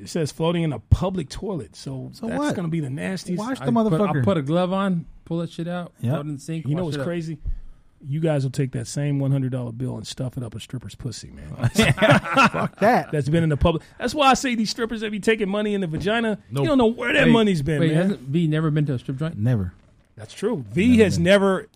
Speaker 2: It says floating in a public toilet, so, that's
Speaker 4: what?
Speaker 2: gonna be the nastiest.
Speaker 4: Wash the
Speaker 3: I put,
Speaker 4: motherfucker.
Speaker 3: I'll put a glove on, pull that shit out,
Speaker 4: Yeah.
Speaker 3: throw it in the sink.
Speaker 2: you know
Speaker 3: wash
Speaker 2: what's
Speaker 3: it up.
Speaker 2: crazy? You guys will take that same one hundred dollar bill and stuff it up a stripper's pussy, man.
Speaker 4: that.
Speaker 2: That's been in the public. That's why I say these strippers that be taking money in the vagina. You don't know where that money's been,
Speaker 3: Wait,
Speaker 2: man.
Speaker 3: hasn't V never been to a strip joint?
Speaker 4: Never.
Speaker 2: That's true. V has never.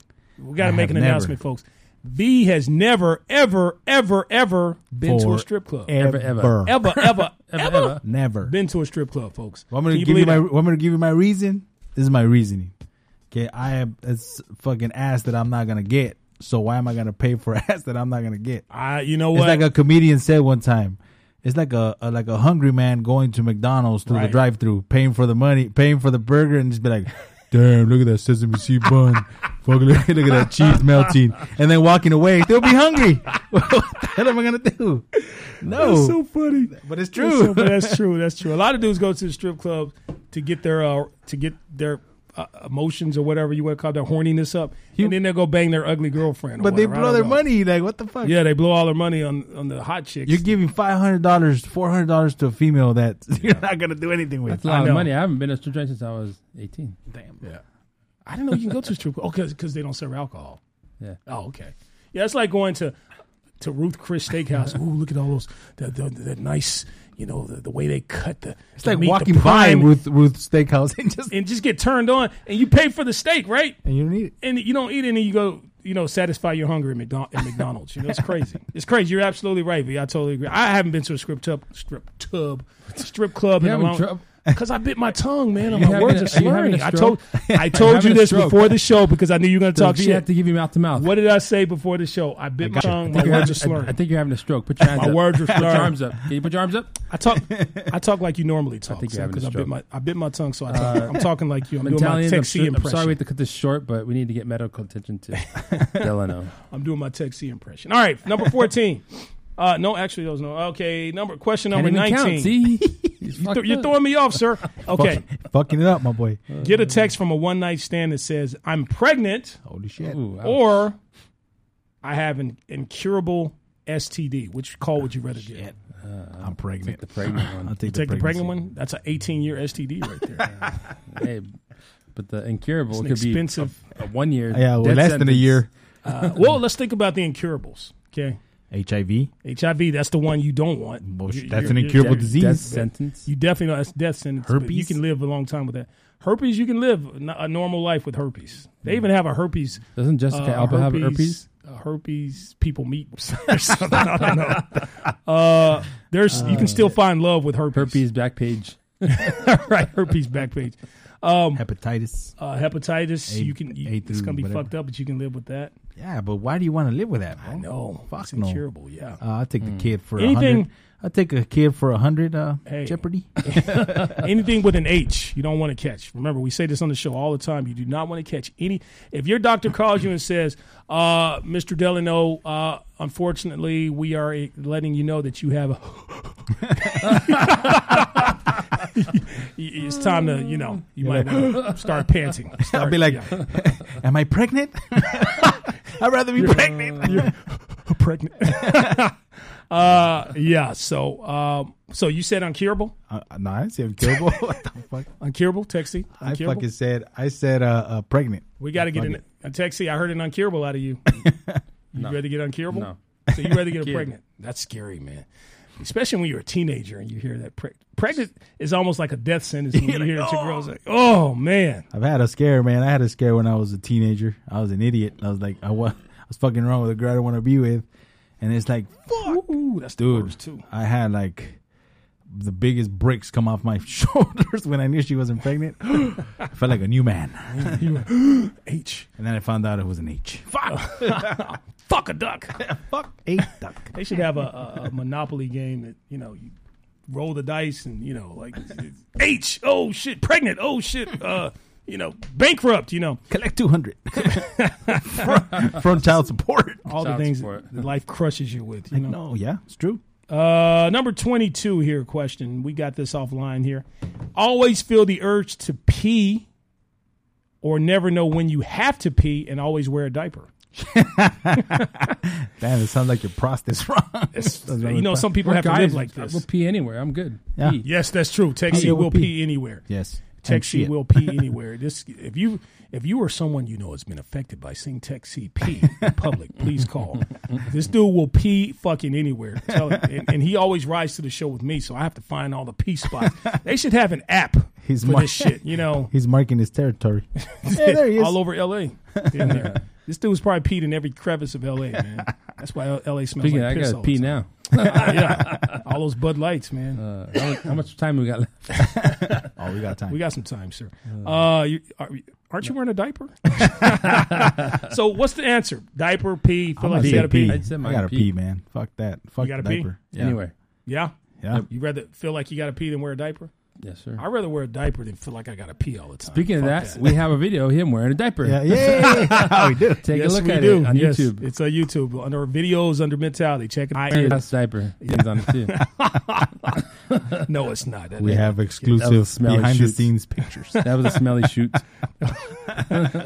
Speaker 2: We got to
Speaker 4: I
Speaker 2: make
Speaker 4: have
Speaker 2: an
Speaker 4: never.
Speaker 2: announcement, folks. V has never, ever, ever, ever been to a
Speaker 4: For
Speaker 2: strip club.
Speaker 3: Ever, ever.
Speaker 2: Ever, ever, ever,
Speaker 4: Never.
Speaker 2: been to a strip club, folks.
Speaker 4: Well, I'm gonna
Speaker 2: Can you
Speaker 4: give you
Speaker 2: believe
Speaker 4: my.
Speaker 2: that?
Speaker 4: I'm gonna give you my reason. This is my reasoning. Okay, I have it's fucking ass that I'm not gonna get. So why am I gonna pay for ass that I'm not gonna get?
Speaker 2: I, you know
Speaker 4: It's
Speaker 2: what?
Speaker 4: like a comedian said one time. It's like a, a like a hungry man going to McDonald's through the
Speaker 2: Right.
Speaker 4: drive-through, paying for the money, paying for the burger, and just be like, "Damn, look at that sesame seed bun, Fuck, look, look at that cheese melting," and then walking away. They'll be hungry. what the hell am I gonna do? No,
Speaker 2: That's so funny.
Speaker 4: but
Speaker 2: That's
Speaker 4: it's true.
Speaker 2: so- but that's true. That's true. A lot of dudes go to the strip club to get their uh, to get their uh, emotions or whatever you want to call their horniness up, and then they will go bang their ugly girlfriend. or
Speaker 4: but they
Speaker 2: whatever. I
Speaker 4: blow
Speaker 2: don't
Speaker 4: their
Speaker 2: know.
Speaker 4: money. Like what the fuck?
Speaker 2: Yeah, they blow all their money on on the hot chicks.
Speaker 4: You're giving five hundred dollars, four hundred dollars to a female that you're not gonna do anything with.
Speaker 3: That's a lot
Speaker 2: know.
Speaker 3: of money. I haven't been to a strip joint since I was 18.
Speaker 2: I didn't know you can go to a strip club. Oh, because they don't serve alcohol.
Speaker 3: Yeah.
Speaker 2: Oh, okay. Yeah, it's like going to to Ruth Chris Steakhouse. Ooh, look at all those that that, that nice. You know the, the way they cut the.
Speaker 4: It's like walking by Ruth Ruth Steakhouse and just
Speaker 2: and just get turned on, and you pay for the steak, right?
Speaker 4: and you don't need it.
Speaker 2: and you don't eat it, and you go, you know, satisfy your hunger at, McDon- at McDonald's. You know, it's crazy. it's crazy. You're absolutely right, V. I totally agree. I haven't been to a strip tub, strip tub, strip club in a
Speaker 3: having
Speaker 2: long.
Speaker 3: trouble?
Speaker 2: Because I bit my tongue, man, and
Speaker 3: You
Speaker 2: my
Speaker 3: having
Speaker 2: words
Speaker 3: a-
Speaker 2: are
Speaker 3: are you having
Speaker 2: slurring.
Speaker 3: a
Speaker 2: I told,
Speaker 3: stroke?
Speaker 2: I told
Speaker 3: having
Speaker 2: you
Speaker 3: a
Speaker 2: this
Speaker 3: stroke?
Speaker 2: before the show because I knew you were going to talk
Speaker 3: Does you have
Speaker 2: shit.
Speaker 3: to give you mouth to mouth?
Speaker 2: What did I say before the show? I bit my tongue. My
Speaker 3: You're
Speaker 2: words are
Speaker 3: having- I, I
Speaker 2: slurring.
Speaker 3: think you're having a stroke. Put your hands
Speaker 2: My
Speaker 3: up.
Speaker 2: words are
Speaker 3: Put your
Speaker 2: slurred.
Speaker 3: arms up. Can you put your arms up?
Speaker 2: I talk, I talk like you normally talk.
Speaker 3: think you're having a
Speaker 2: Because I bit
Speaker 3: stroke.
Speaker 2: my, I bit my tongue, so I talk, I'm talking like you. I'm doing my
Speaker 3: Italians, I'm,
Speaker 2: Texi
Speaker 3: sure- I'm sorry
Speaker 2: impression.
Speaker 3: we have to cut this short, but we need to get medical attention to Delano.
Speaker 2: I'm doing my Texi impression. All right, number 14. Uh, no, actually, those no. Okay, number question number
Speaker 3: Can't even
Speaker 2: 19.
Speaker 3: count. See,
Speaker 2: Th- You're throwing me off, sir. Okay,
Speaker 4: Fucking it up, my boy.
Speaker 2: get a text from a one night stand that says I'm pregnant
Speaker 4: Holy shit.
Speaker 3: Ooh, I-
Speaker 2: or I have an incurable STD. Which call would you rather get?
Speaker 4: I'm pregnant.
Speaker 3: the pregnant one.
Speaker 4: I'll take,
Speaker 2: Take
Speaker 4: the,
Speaker 2: the pregnant one. That's an 18 year STD right there.
Speaker 3: hey, but the incurable
Speaker 2: It's an
Speaker 3: could
Speaker 2: expensive.
Speaker 3: be a one year.
Speaker 4: Yeah, well,
Speaker 3: death
Speaker 4: less than a
Speaker 3: sentence.
Speaker 4: year.
Speaker 2: Uh, well, let's think about the incurables. Okay,
Speaker 4: HIV.
Speaker 2: HIV. That's the one you don't want.
Speaker 4: Bullshit.
Speaker 2: You-
Speaker 4: That's
Speaker 2: you're-
Speaker 4: an
Speaker 2: you're-
Speaker 4: incurable
Speaker 3: Death,
Speaker 4: disease.
Speaker 3: death sentence.
Speaker 2: You definitely know that's death sentence. but You
Speaker 4: Herpes?
Speaker 2: can live a long time with that. Herpes, you can live a n- a normal life with herpes. They even have a herpes.
Speaker 3: Doesn't Jessica
Speaker 2: uh,
Speaker 3: Alba have herpes?
Speaker 2: uh, herpes people meet or something. I don't know. Uh, there's you can still find love with herpes.
Speaker 3: Herpes back page.
Speaker 2: right? Herpes back page.
Speaker 4: Um, Hepatitis.
Speaker 2: Uh, hepatitis.
Speaker 4: A-
Speaker 2: you can. You,
Speaker 4: A
Speaker 2: it's
Speaker 4: through
Speaker 2: gonna be
Speaker 4: whatever.
Speaker 2: fucked up, but you can live with that.
Speaker 4: Yeah, but why do you want to live with that? Bro?
Speaker 2: No,
Speaker 4: Oh, Fuck
Speaker 2: it's
Speaker 4: no.
Speaker 2: incurable. Yeah.
Speaker 4: Uh, I'll take the kid for a
Speaker 2: Anything-
Speaker 4: 100. I'll take a kid for a 100 uh,
Speaker 2: Hey.
Speaker 4: Jeopardy.
Speaker 2: anything with an H you don't want to catch. Remember, we say this on the show all the time. You do not want to catch any. If your doctor calls you and says, uh, "Mr. Delano, uh, unfortunately, we are eh, letting you know that you have," a it's time to you know you might want to start panting.
Speaker 4: I'll
Speaker 2: Start-
Speaker 4: be like,
Speaker 2: yeah.
Speaker 4: am I pregnant? I'd rather be pregnant.
Speaker 2: pregnant. uh, yeah. So, um, so you said uncurable,
Speaker 4: Uh, no, I didn't say I'm terrible. what the fuck?
Speaker 2: uncurable, Texie,
Speaker 4: I
Speaker 2: uncurable.
Speaker 4: fucking said, I said uh, uh, pregnant.
Speaker 2: We got to get
Speaker 4: Fuck
Speaker 2: an, a Texie. I heard an uncurable out of you. You ready to get uncurable?
Speaker 3: No.
Speaker 2: So you rather get a pregnant? That's scary, man. Especially when you're a teenager and you hear that pre- pregnant is almost like a death sentence. When you hear that your girl's like, oh man,
Speaker 4: I've had a scare, man. I had a scare when I was a teenager. I was an idiot. I was like, I was, I was fucking wrong with a girl I don't want to be with. And it's like, fuck.
Speaker 2: ooh, that's the
Speaker 4: Dude,
Speaker 2: worst too.
Speaker 4: I had like the biggest bricks come off my shoulders when I knew she wasn't pregnant. I felt like a new man.
Speaker 2: H,
Speaker 4: And then I found out it was an H.
Speaker 2: fuck, fuck a duck.
Speaker 4: Fuck. H duck.
Speaker 2: They should have a, a, a monopoly game that you know you roll the dice and you know like H, oh shit, pregnant, oh shit, uh, you know bankrupt, you know.
Speaker 4: Collect 200 from, from child support.
Speaker 2: All the
Speaker 3: Child
Speaker 2: things
Speaker 3: support.
Speaker 2: that life crushes you with. You
Speaker 4: Like,
Speaker 2: know?
Speaker 4: no, yeah, it's true.
Speaker 2: Uh, number 22 here question. We got this offline here. Always feel the urge to pee or never know when you have to pee and always wear a diaper.
Speaker 4: Damn, it sounds like your prostate's wrong.
Speaker 2: you know, some people have to live like
Speaker 3: we'll
Speaker 2: this.
Speaker 3: pee anywhere. I'm good.
Speaker 4: Yeah.
Speaker 3: Pee.
Speaker 2: Yes, that's true. Texas
Speaker 4: yeah,
Speaker 2: will
Speaker 4: we'll pee.
Speaker 2: pee anywhere.
Speaker 4: yes.
Speaker 2: Tex C
Speaker 4: shit.
Speaker 2: will pee anywhere. This if you if you are someone you know has been affected by seeing Tex C pee in public, please call. This dude will pee fucking anywhere. Tell him. And, and he always rides to the show with me, so I have to find all the pee spots. They should have an app
Speaker 4: He's
Speaker 2: for
Speaker 4: mar-
Speaker 2: this shit. You know,
Speaker 4: He's marking his territory. hey, there he is.
Speaker 2: all over L.A. In there. This dude's probably peed in every crevice of L.A. Man, that's why L.A. smells
Speaker 3: Speaking, of,
Speaker 2: like
Speaker 3: I
Speaker 2: piss.
Speaker 3: gotta
Speaker 2: all
Speaker 3: pee
Speaker 2: the time.
Speaker 3: now.
Speaker 2: yeah, all those Bud Lights, man.
Speaker 3: Uh, how, much, how much time we got left?
Speaker 4: Oh, we got time.
Speaker 2: We got some time, sir. Uh, you, are, aren't you wearing a diaper? so what's the answer? Diaper, pee, feel
Speaker 4: I'm
Speaker 2: like
Speaker 4: gonna
Speaker 2: you
Speaker 4: say
Speaker 2: gotta pee.
Speaker 4: pee.
Speaker 3: I'd say
Speaker 4: I
Speaker 3: mine
Speaker 4: gotta
Speaker 3: pee.
Speaker 4: pee, man. Fuck that. Fuck
Speaker 2: gotta
Speaker 4: the
Speaker 2: pee?
Speaker 4: diaper. Yeah.
Speaker 3: Anyway,
Speaker 2: Yeah,
Speaker 4: yeah.
Speaker 2: you rather feel like you gotta pee than wear a diaper.
Speaker 3: yes, sir.
Speaker 2: I would rather wear a diaper than feel like I gotta pee all the time.
Speaker 3: Speaking of
Speaker 2: Fuck
Speaker 3: that, we have a video of him wearing a diaper.
Speaker 4: Yeah, yeah, yeah. we do.
Speaker 3: Take
Speaker 2: yes,
Speaker 3: a look
Speaker 2: we
Speaker 3: at
Speaker 2: do.
Speaker 3: it on
Speaker 2: Yes,
Speaker 3: YouTube.
Speaker 2: It's on YouTube under videos under mentality. Check it
Speaker 3: Wearing
Speaker 2: out.
Speaker 3: a diaper. Things on it too.
Speaker 2: no, it's not. That-
Speaker 4: We have
Speaker 3: that
Speaker 4: exclusive
Speaker 3: was smelly
Speaker 4: behind the
Speaker 3: shoots.
Speaker 4: scenes pictures.
Speaker 3: That was a smelly shoot.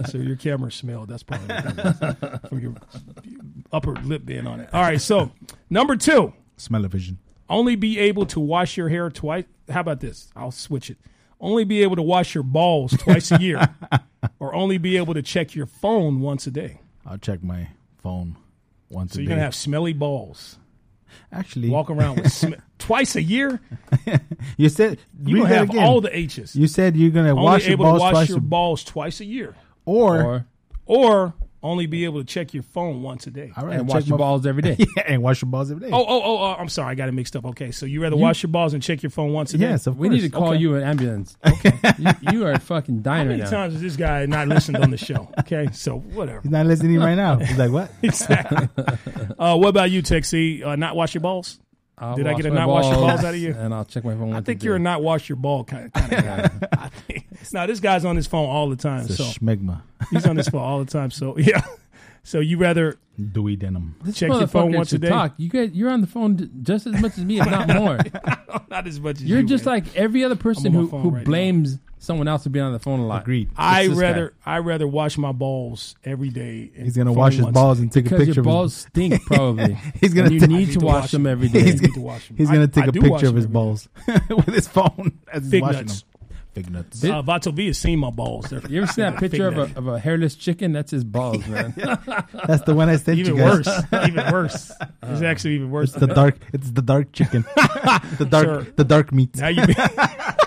Speaker 2: so your camera smelled. That's probably what that was. from your upper lip being on it. All right. So number two.
Speaker 4: Smell-o-vision.
Speaker 2: Only be able to wash your hair twice. How about this? I'll switch it. Only be able to wash your balls twice a year, or only be able to check your phone once a day.
Speaker 4: I'll check my phone once
Speaker 2: So
Speaker 4: a
Speaker 2: you're
Speaker 4: day.
Speaker 2: gonna have smelly balls.
Speaker 4: Actually,
Speaker 2: Walk around with sm- twice a year.
Speaker 4: you said
Speaker 2: You
Speaker 4: read
Speaker 2: gonna
Speaker 4: that
Speaker 2: have
Speaker 4: again.
Speaker 2: all the H's.
Speaker 4: You said you're gonna
Speaker 2: only
Speaker 4: wash your
Speaker 2: able
Speaker 4: balls
Speaker 2: to wash
Speaker 4: twice,
Speaker 2: your
Speaker 4: a-
Speaker 2: balls twice a year,
Speaker 4: or,
Speaker 3: Or
Speaker 2: or only be able to check your phone once a day.
Speaker 4: All right,
Speaker 3: and
Speaker 4: check
Speaker 3: wash your
Speaker 4: my-
Speaker 3: balls every day.
Speaker 4: Yeah, and wash your balls every day.
Speaker 2: Oh, oh, oh, oh! I'm sorry, I got it mixed up. Okay, so you rather wash your balls and check your phone once a day?
Speaker 4: yes, of
Speaker 3: We
Speaker 4: course.
Speaker 3: need to call
Speaker 4: Okay.
Speaker 3: you an ambulance. Okay. you, you are fucking dying
Speaker 2: How
Speaker 3: right
Speaker 2: many
Speaker 3: now.
Speaker 2: times has this guy not listened on the show? Okay, so whatever.
Speaker 4: He's not listening right now. He's like, what?
Speaker 2: exactly. Uh, what about you, Texie? Uh, not wash your balls?
Speaker 3: I'll
Speaker 2: Did I
Speaker 3: wash
Speaker 2: get a
Speaker 3: my
Speaker 2: not wash your balls out of you?
Speaker 3: And I'll check my phone.
Speaker 2: I think you're a not wash your ball kind of, kind of guy. I think- now this guy's on his phone all the time,
Speaker 4: It's a
Speaker 2: so
Speaker 4: schmegma.
Speaker 2: he's on his phone all the time. So yeah, so you rather
Speaker 4: Dewey denim.
Speaker 2: check your phone once a day?
Speaker 3: Talk. You guys, you're on the phone d- just as much as me, if not more.
Speaker 2: not as much as
Speaker 3: You're
Speaker 2: you,
Speaker 3: just
Speaker 2: man.
Speaker 3: like every other person
Speaker 2: I'm on my
Speaker 3: who,
Speaker 2: phone
Speaker 3: who
Speaker 2: right now.
Speaker 3: blames someone else for being on the phone a lot.
Speaker 4: Agreed.
Speaker 2: I
Speaker 3: it's this
Speaker 2: rather I rather wash my balls every day. and
Speaker 4: He's gonna
Speaker 2: phone
Speaker 4: wash his
Speaker 2: once-
Speaker 4: balls and take a
Speaker 3: Because
Speaker 4: picture
Speaker 3: your
Speaker 4: of his.
Speaker 3: balls stink, probably.
Speaker 4: He's gonna
Speaker 3: And you
Speaker 4: take-
Speaker 3: need,
Speaker 2: need
Speaker 3: to
Speaker 2: to
Speaker 3: wash
Speaker 2: wash
Speaker 3: them
Speaker 2: them.
Speaker 3: every
Speaker 2: I
Speaker 3: day.
Speaker 2: need to wash them.
Speaker 4: He's
Speaker 2: I-
Speaker 4: gonna take
Speaker 2: I
Speaker 4: a
Speaker 2: do wash
Speaker 4: picture of
Speaker 2: them
Speaker 4: his
Speaker 2: every
Speaker 4: balls with his phone as he's
Speaker 2: Fig
Speaker 4: washing
Speaker 2: nuts.
Speaker 4: them. Fig nuts.
Speaker 2: Uh, Vato V has seen my balls. They're
Speaker 3: You ever seen that picture of
Speaker 2: Fig
Speaker 3: a, of a hairless chicken? That's his balls, man.
Speaker 4: That's the one I sent
Speaker 2: even
Speaker 4: you guys.
Speaker 2: worse. even worse. It's actually even worse.
Speaker 4: It's the dark. It's the dark chicken. the dark.
Speaker 2: Sir.
Speaker 4: The dark meat.
Speaker 2: now you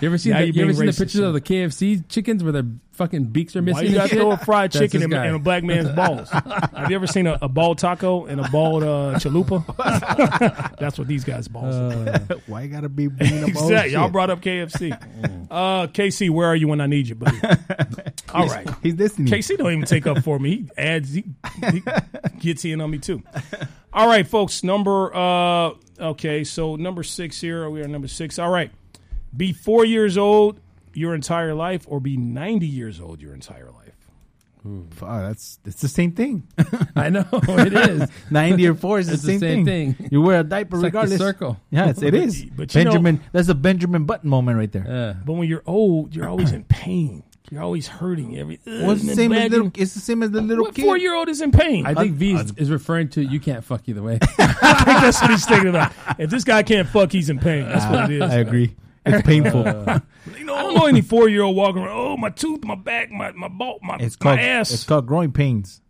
Speaker 3: You ever seen,
Speaker 2: Now
Speaker 3: the,
Speaker 2: you're
Speaker 3: you ever
Speaker 2: being
Speaker 3: seen the
Speaker 2: racist,
Speaker 3: pictures of the KFC chickens where their fucking beaks are
Speaker 2: Why
Speaker 3: missing?
Speaker 2: you
Speaker 3: and
Speaker 2: got to
Speaker 3: shit?
Speaker 2: throw a fried
Speaker 3: That's
Speaker 2: chicken
Speaker 3: this
Speaker 2: in,
Speaker 3: guy.
Speaker 2: in a black man's balls? Have you ever seen a, a ball taco and a bald uh, chalupa? That's what these guys'
Speaker 3: Uh,
Speaker 2: balls are.
Speaker 4: Why gotta be bringing up all
Speaker 2: Exactly. Y'all
Speaker 4: shit?
Speaker 2: brought up KFC.
Speaker 3: Mm.
Speaker 2: Uh, KC, where are you when I need you, buddy? All right.
Speaker 4: He's listening.
Speaker 2: KC don't even take up for me. He adds, he, he gets in on me too. All right, folks. Number, uh, okay, so number six here. We are number six. All right. Be four years old your entire life or be 90 years old your entire life.
Speaker 4: Fuck, oh, that's it's the same thing.
Speaker 3: I know it is.
Speaker 4: Ninety or four is the,
Speaker 3: It's
Speaker 4: same, thing. You wear a diaper
Speaker 3: It's like the
Speaker 4: regardless.
Speaker 3: circle.
Speaker 4: Yeah, it's, it is.
Speaker 2: But you know-
Speaker 4: Benjamin. that's a Benjamin Button moment right there.
Speaker 3: Yeah.
Speaker 2: But when you're old, you're always in pain. You're always hurting. Every
Speaker 4: Well, it's the same as little. It's the same as the little kid.
Speaker 2: four year old is in pain.
Speaker 3: I
Speaker 2: I
Speaker 3: think V is, is referring to you can't fuck either way.
Speaker 2: think that's what he's thinking about. If this guy can't fuck, he's in pain. That's what it is.
Speaker 4: Ah, I agree. It's painful.
Speaker 2: I don't know any four year old walking around. Oh, my tooth, my back, my my ball, my,
Speaker 4: it's
Speaker 2: my
Speaker 4: called It's
Speaker 2: ass.
Speaker 4: called growing pains.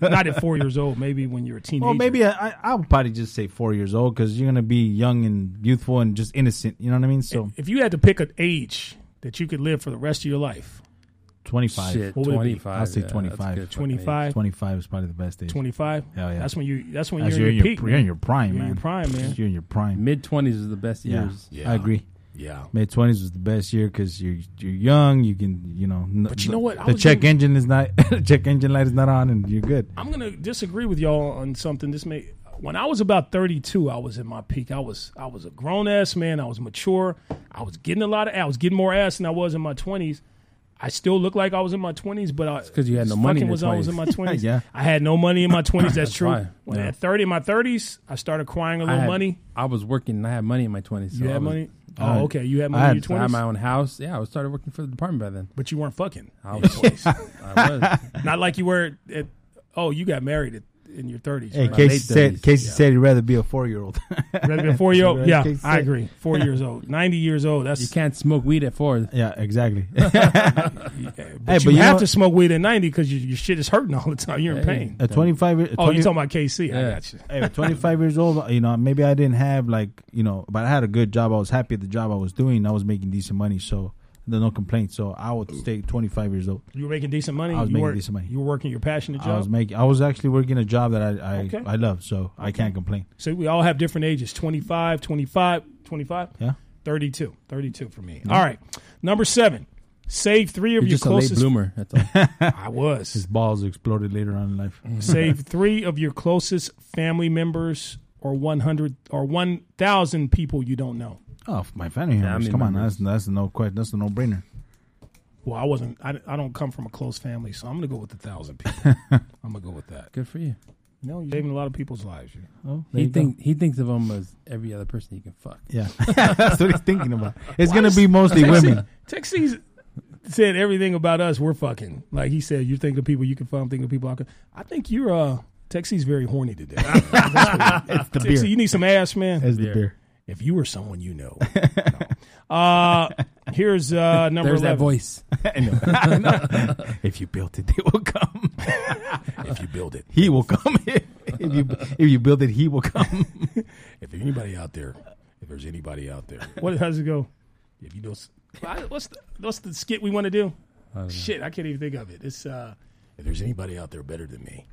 Speaker 2: Not at four years old. Maybe when you're a teenager.
Speaker 4: Well, maybe I, I, I would probably just say four years old because you're gonna be young and youthful and just innocent. You know what I mean? So
Speaker 2: if you had to pick an age that you could live for the rest of your life,
Speaker 4: twenty five.
Speaker 3: Shit,
Speaker 2: What would it be?
Speaker 3: 25.
Speaker 4: I'll say
Speaker 3: yeah,
Speaker 4: 25.
Speaker 3: that's a good fucking age.
Speaker 2: 25,
Speaker 4: Twenty five is probably the best age.
Speaker 2: 25.
Speaker 4: Hell yeah.
Speaker 2: That's when you. That's when
Speaker 4: That's
Speaker 2: you're,
Speaker 4: you're,
Speaker 2: in your peak.
Speaker 4: you're in your prime,
Speaker 2: You're in
Speaker 4: man.
Speaker 2: your prime, man.
Speaker 4: You're in your prime.
Speaker 3: Mid 20s is the best
Speaker 4: Yeah,
Speaker 3: years.
Speaker 4: I agree.
Speaker 2: yeah.
Speaker 4: Mid twenties was the best year because you're you're young. You can you know. n-
Speaker 2: But you know what? I
Speaker 4: The
Speaker 2: was
Speaker 4: check
Speaker 2: gonna-
Speaker 4: engine is not check engine light is not on, and you're good.
Speaker 2: I'm gonna disagree with y'all on something. This may when I was about 32, I was in my peak. I was I was a grown ass man. I was mature. I was getting a lot of. I was getting more ass than I was in my 20s. I still look like I was in my 20s, but I
Speaker 3: 'cause you had no
Speaker 2: fucking
Speaker 3: money in your
Speaker 2: was always in my 20s.
Speaker 4: Yeah.
Speaker 2: I had no money in my 20s. That's, true.
Speaker 3: why.
Speaker 2: When at 30, in my 30s, I started crying a
Speaker 3: I
Speaker 2: little
Speaker 3: had,
Speaker 2: money.
Speaker 3: I was working and I had money in my 20s. So
Speaker 2: You
Speaker 3: I
Speaker 2: had
Speaker 3: was-
Speaker 2: money.
Speaker 4: I-
Speaker 2: Oh, okay. You had money
Speaker 4: I
Speaker 2: in
Speaker 4: had-
Speaker 2: your
Speaker 3: I had my
Speaker 2: 20s,
Speaker 3: own house. Yeah, I was started working for the department by then.
Speaker 2: but you weren't fucking.
Speaker 3: I was. I was.
Speaker 2: Not like you were. At, oh, you got married at, in your thirties.
Speaker 5: Hey,
Speaker 2: right?
Speaker 5: Casey
Speaker 4: late
Speaker 5: said
Speaker 4: 30s,
Speaker 5: Casey
Speaker 4: yeah.
Speaker 5: said he'd rather be a four year old.
Speaker 2: Rather than four year old.
Speaker 5: Right,
Speaker 2: Yeah,
Speaker 5: Casey
Speaker 2: I
Speaker 5: said.
Speaker 2: agree. Four years old, ninety years old. That's
Speaker 3: You can't smoke weed at four.
Speaker 4: yeah, exactly.
Speaker 2: but
Speaker 4: Hey,
Speaker 2: you,
Speaker 4: but you know
Speaker 2: have
Speaker 4: what-
Speaker 2: to smoke weed at ninety because your, your shit is hurting all the time. You're in
Speaker 3: Hey.
Speaker 2: pain.
Speaker 4: At 25, year-
Speaker 2: Oh,
Speaker 4: 20
Speaker 2: you're talking about KC? I
Speaker 3: Yeah.
Speaker 2: got you.
Speaker 4: hey, at 25 years old, you know, maybe I didn't have like, you know, but I had a good job. I was happy at the job I was doing. I was making decent money, so there's no complaints. So I would stay 25 years old.
Speaker 2: You were making decent money.
Speaker 4: I was
Speaker 2: you
Speaker 4: making
Speaker 2: were,
Speaker 4: decent money.
Speaker 2: You were working your passionate
Speaker 4: I was
Speaker 2: job.
Speaker 4: making. I was actually working a job that I I,
Speaker 2: Okay.
Speaker 4: I love, so I can't complain.
Speaker 2: So we all have different ages 25, 25, 25,
Speaker 4: Yeah,
Speaker 2: 32. 32 for
Speaker 4: Mm-hmm.
Speaker 2: me. All right. Number seven, save three of
Speaker 3: You're
Speaker 2: your
Speaker 3: just a late
Speaker 2: closest.
Speaker 3: bloomer. That's all.
Speaker 2: I was.
Speaker 4: his balls exploded later on in life.
Speaker 2: save three of your closest family members or 100 or 1,000 people you don't know.
Speaker 4: Oh, f- my family members.
Speaker 3: Family
Speaker 4: Come on,
Speaker 3: members.
Speaker 4: that's that's no question. That's a no brainer.
Speaker 2: Well, I wasn't, I, I don't come from a close family, so I'm going to go with a 1,000 people. I'm going to go with that.
Speaker 3: Good for you.
Speaker 2: No, you're saving a lot of people's lives. you-
Speaker 4: Oh,
Speaker 3: He think he thinks of him as every other person he can fuck.
Speaker 4: Yeah, that's what he's thinking about. It's
Speaker 2: Why
Speaker 4: gonna
Speaker 2: is-
Speaker 4: be mostly women.
Speaker 2: Texas said everything about us. We're fucking. Like he said, you think of people you can find. I'm thinking of people I can. I think you're. uh Texie's very horny today.
Speaker 4: It's the
Speaker 2: Texie,
Speaker 4: beer.
Speaker 2: you need some ass, man.
Speaker 4: It's the beer.
Speaker 2: If you were someone you know. No. Uh, here's uh, number
Speaker 3: There's that
Speaker 2: 11.
Speaker 3: voice.
Speaker 4: I know. I know. if you built it, they will come.
Speaker 2: If you build it.
Speaker 4: He will come. if you if you build it, he will come.
Speaker 2: If there's anybody out there, if there's anybody out there. What, how's it go? If you know. s- I- What's the, what's the skit we want to do? Shit, I can't even think of it. It's uh, if there's anybody out there better than me,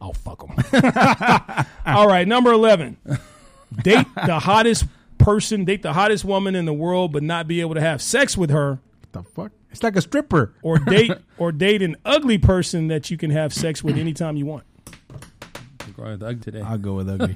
Speaker 2: I'll fuck them. All right, number eleven. Date the hottest person, date the hottest woman in the world, but not be able to have sex with her,
Speaker 4: the fuck? It's like a stripper.
Speaker 2: or date or date an ugly person that you can have sex with anytime you want.
Speaker 3: I'm growing with Ugg today.
Speaker 4: I'll go with ugly.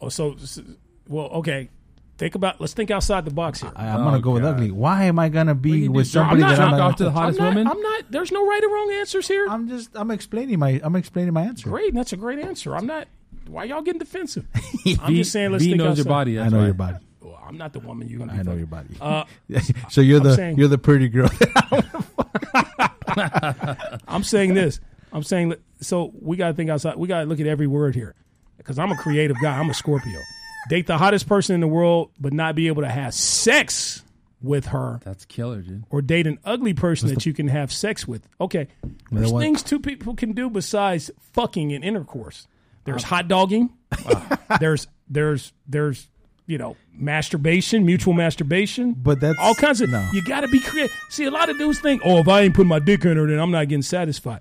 Speaker 2: Oh, so s- well, okay. Think about. Let's think outside the box here.
Speaker 4: I, am gonna go with
Speaker 3: God.
Speaker 4: ugly. Why am I gonna be
Speaker 3: you
Speaker 4: with
Speaker 3: do, John?
Speaker 4: somebody
Speaker 3: I'm not
Speaker 4: that I'm
Speaker 3: knocked
Speaker 4: not?
Speaker 3: off to the hottest
Speaker 2: I'm not,
Speaker 3: woman?
Speaker 2: I'm not. There's no right or wrong answers here.
Speaker 4: I'm just. I'm explaining my. I'm explaining my answer.
Speaker 2: great. That's a great answer. I'm not. Why y'all getting defensive? I'm just saying. Let's
Speaker 3: V
Speaker 2: think
Speaker 3: knows your
Speaker 2: outside-
Speaker 3: body.
Speaker 4: I
Speaker 3: That's
Speaker 4: know
Speaker 3: why.
Speaker 4: your body.
Speaker 2: Well, I'm not the woman you're gonna. Be
Speaker 4: I know
Speaker 2: fucking.
Speaker 4: your body.
Speaker 2: Uh,
Speaker 4: so you're the
Speaker 2: saying-
Speaker 4: you're the pretty girl.
Speaker 2: I'm saying this. I'm saying li- so. We gotta think outside. We gotta look at every word here, because I'm a creative guy. I'm a Scorpio. Date the hottest person in the world, but not be able to have sex with her,
Speaker 3: That's killer, dude.
Speaker 2: or date an ugly person that you can have sex with. Okay, there's
Speaker 4: what?
Speaker 2: things two people can do besides fucking and intercourse. There's hot dogging. there's there's there's you know masturbation, mutual masturbation.
Speaker 4: But that's-
Speaker 2: all kinds of.
Speaker 4: no.
Speaker 2: You got to be creative. See, a lot of dudes think, oh, if I ain't putting my dick in her, then I'm not getting satisfied.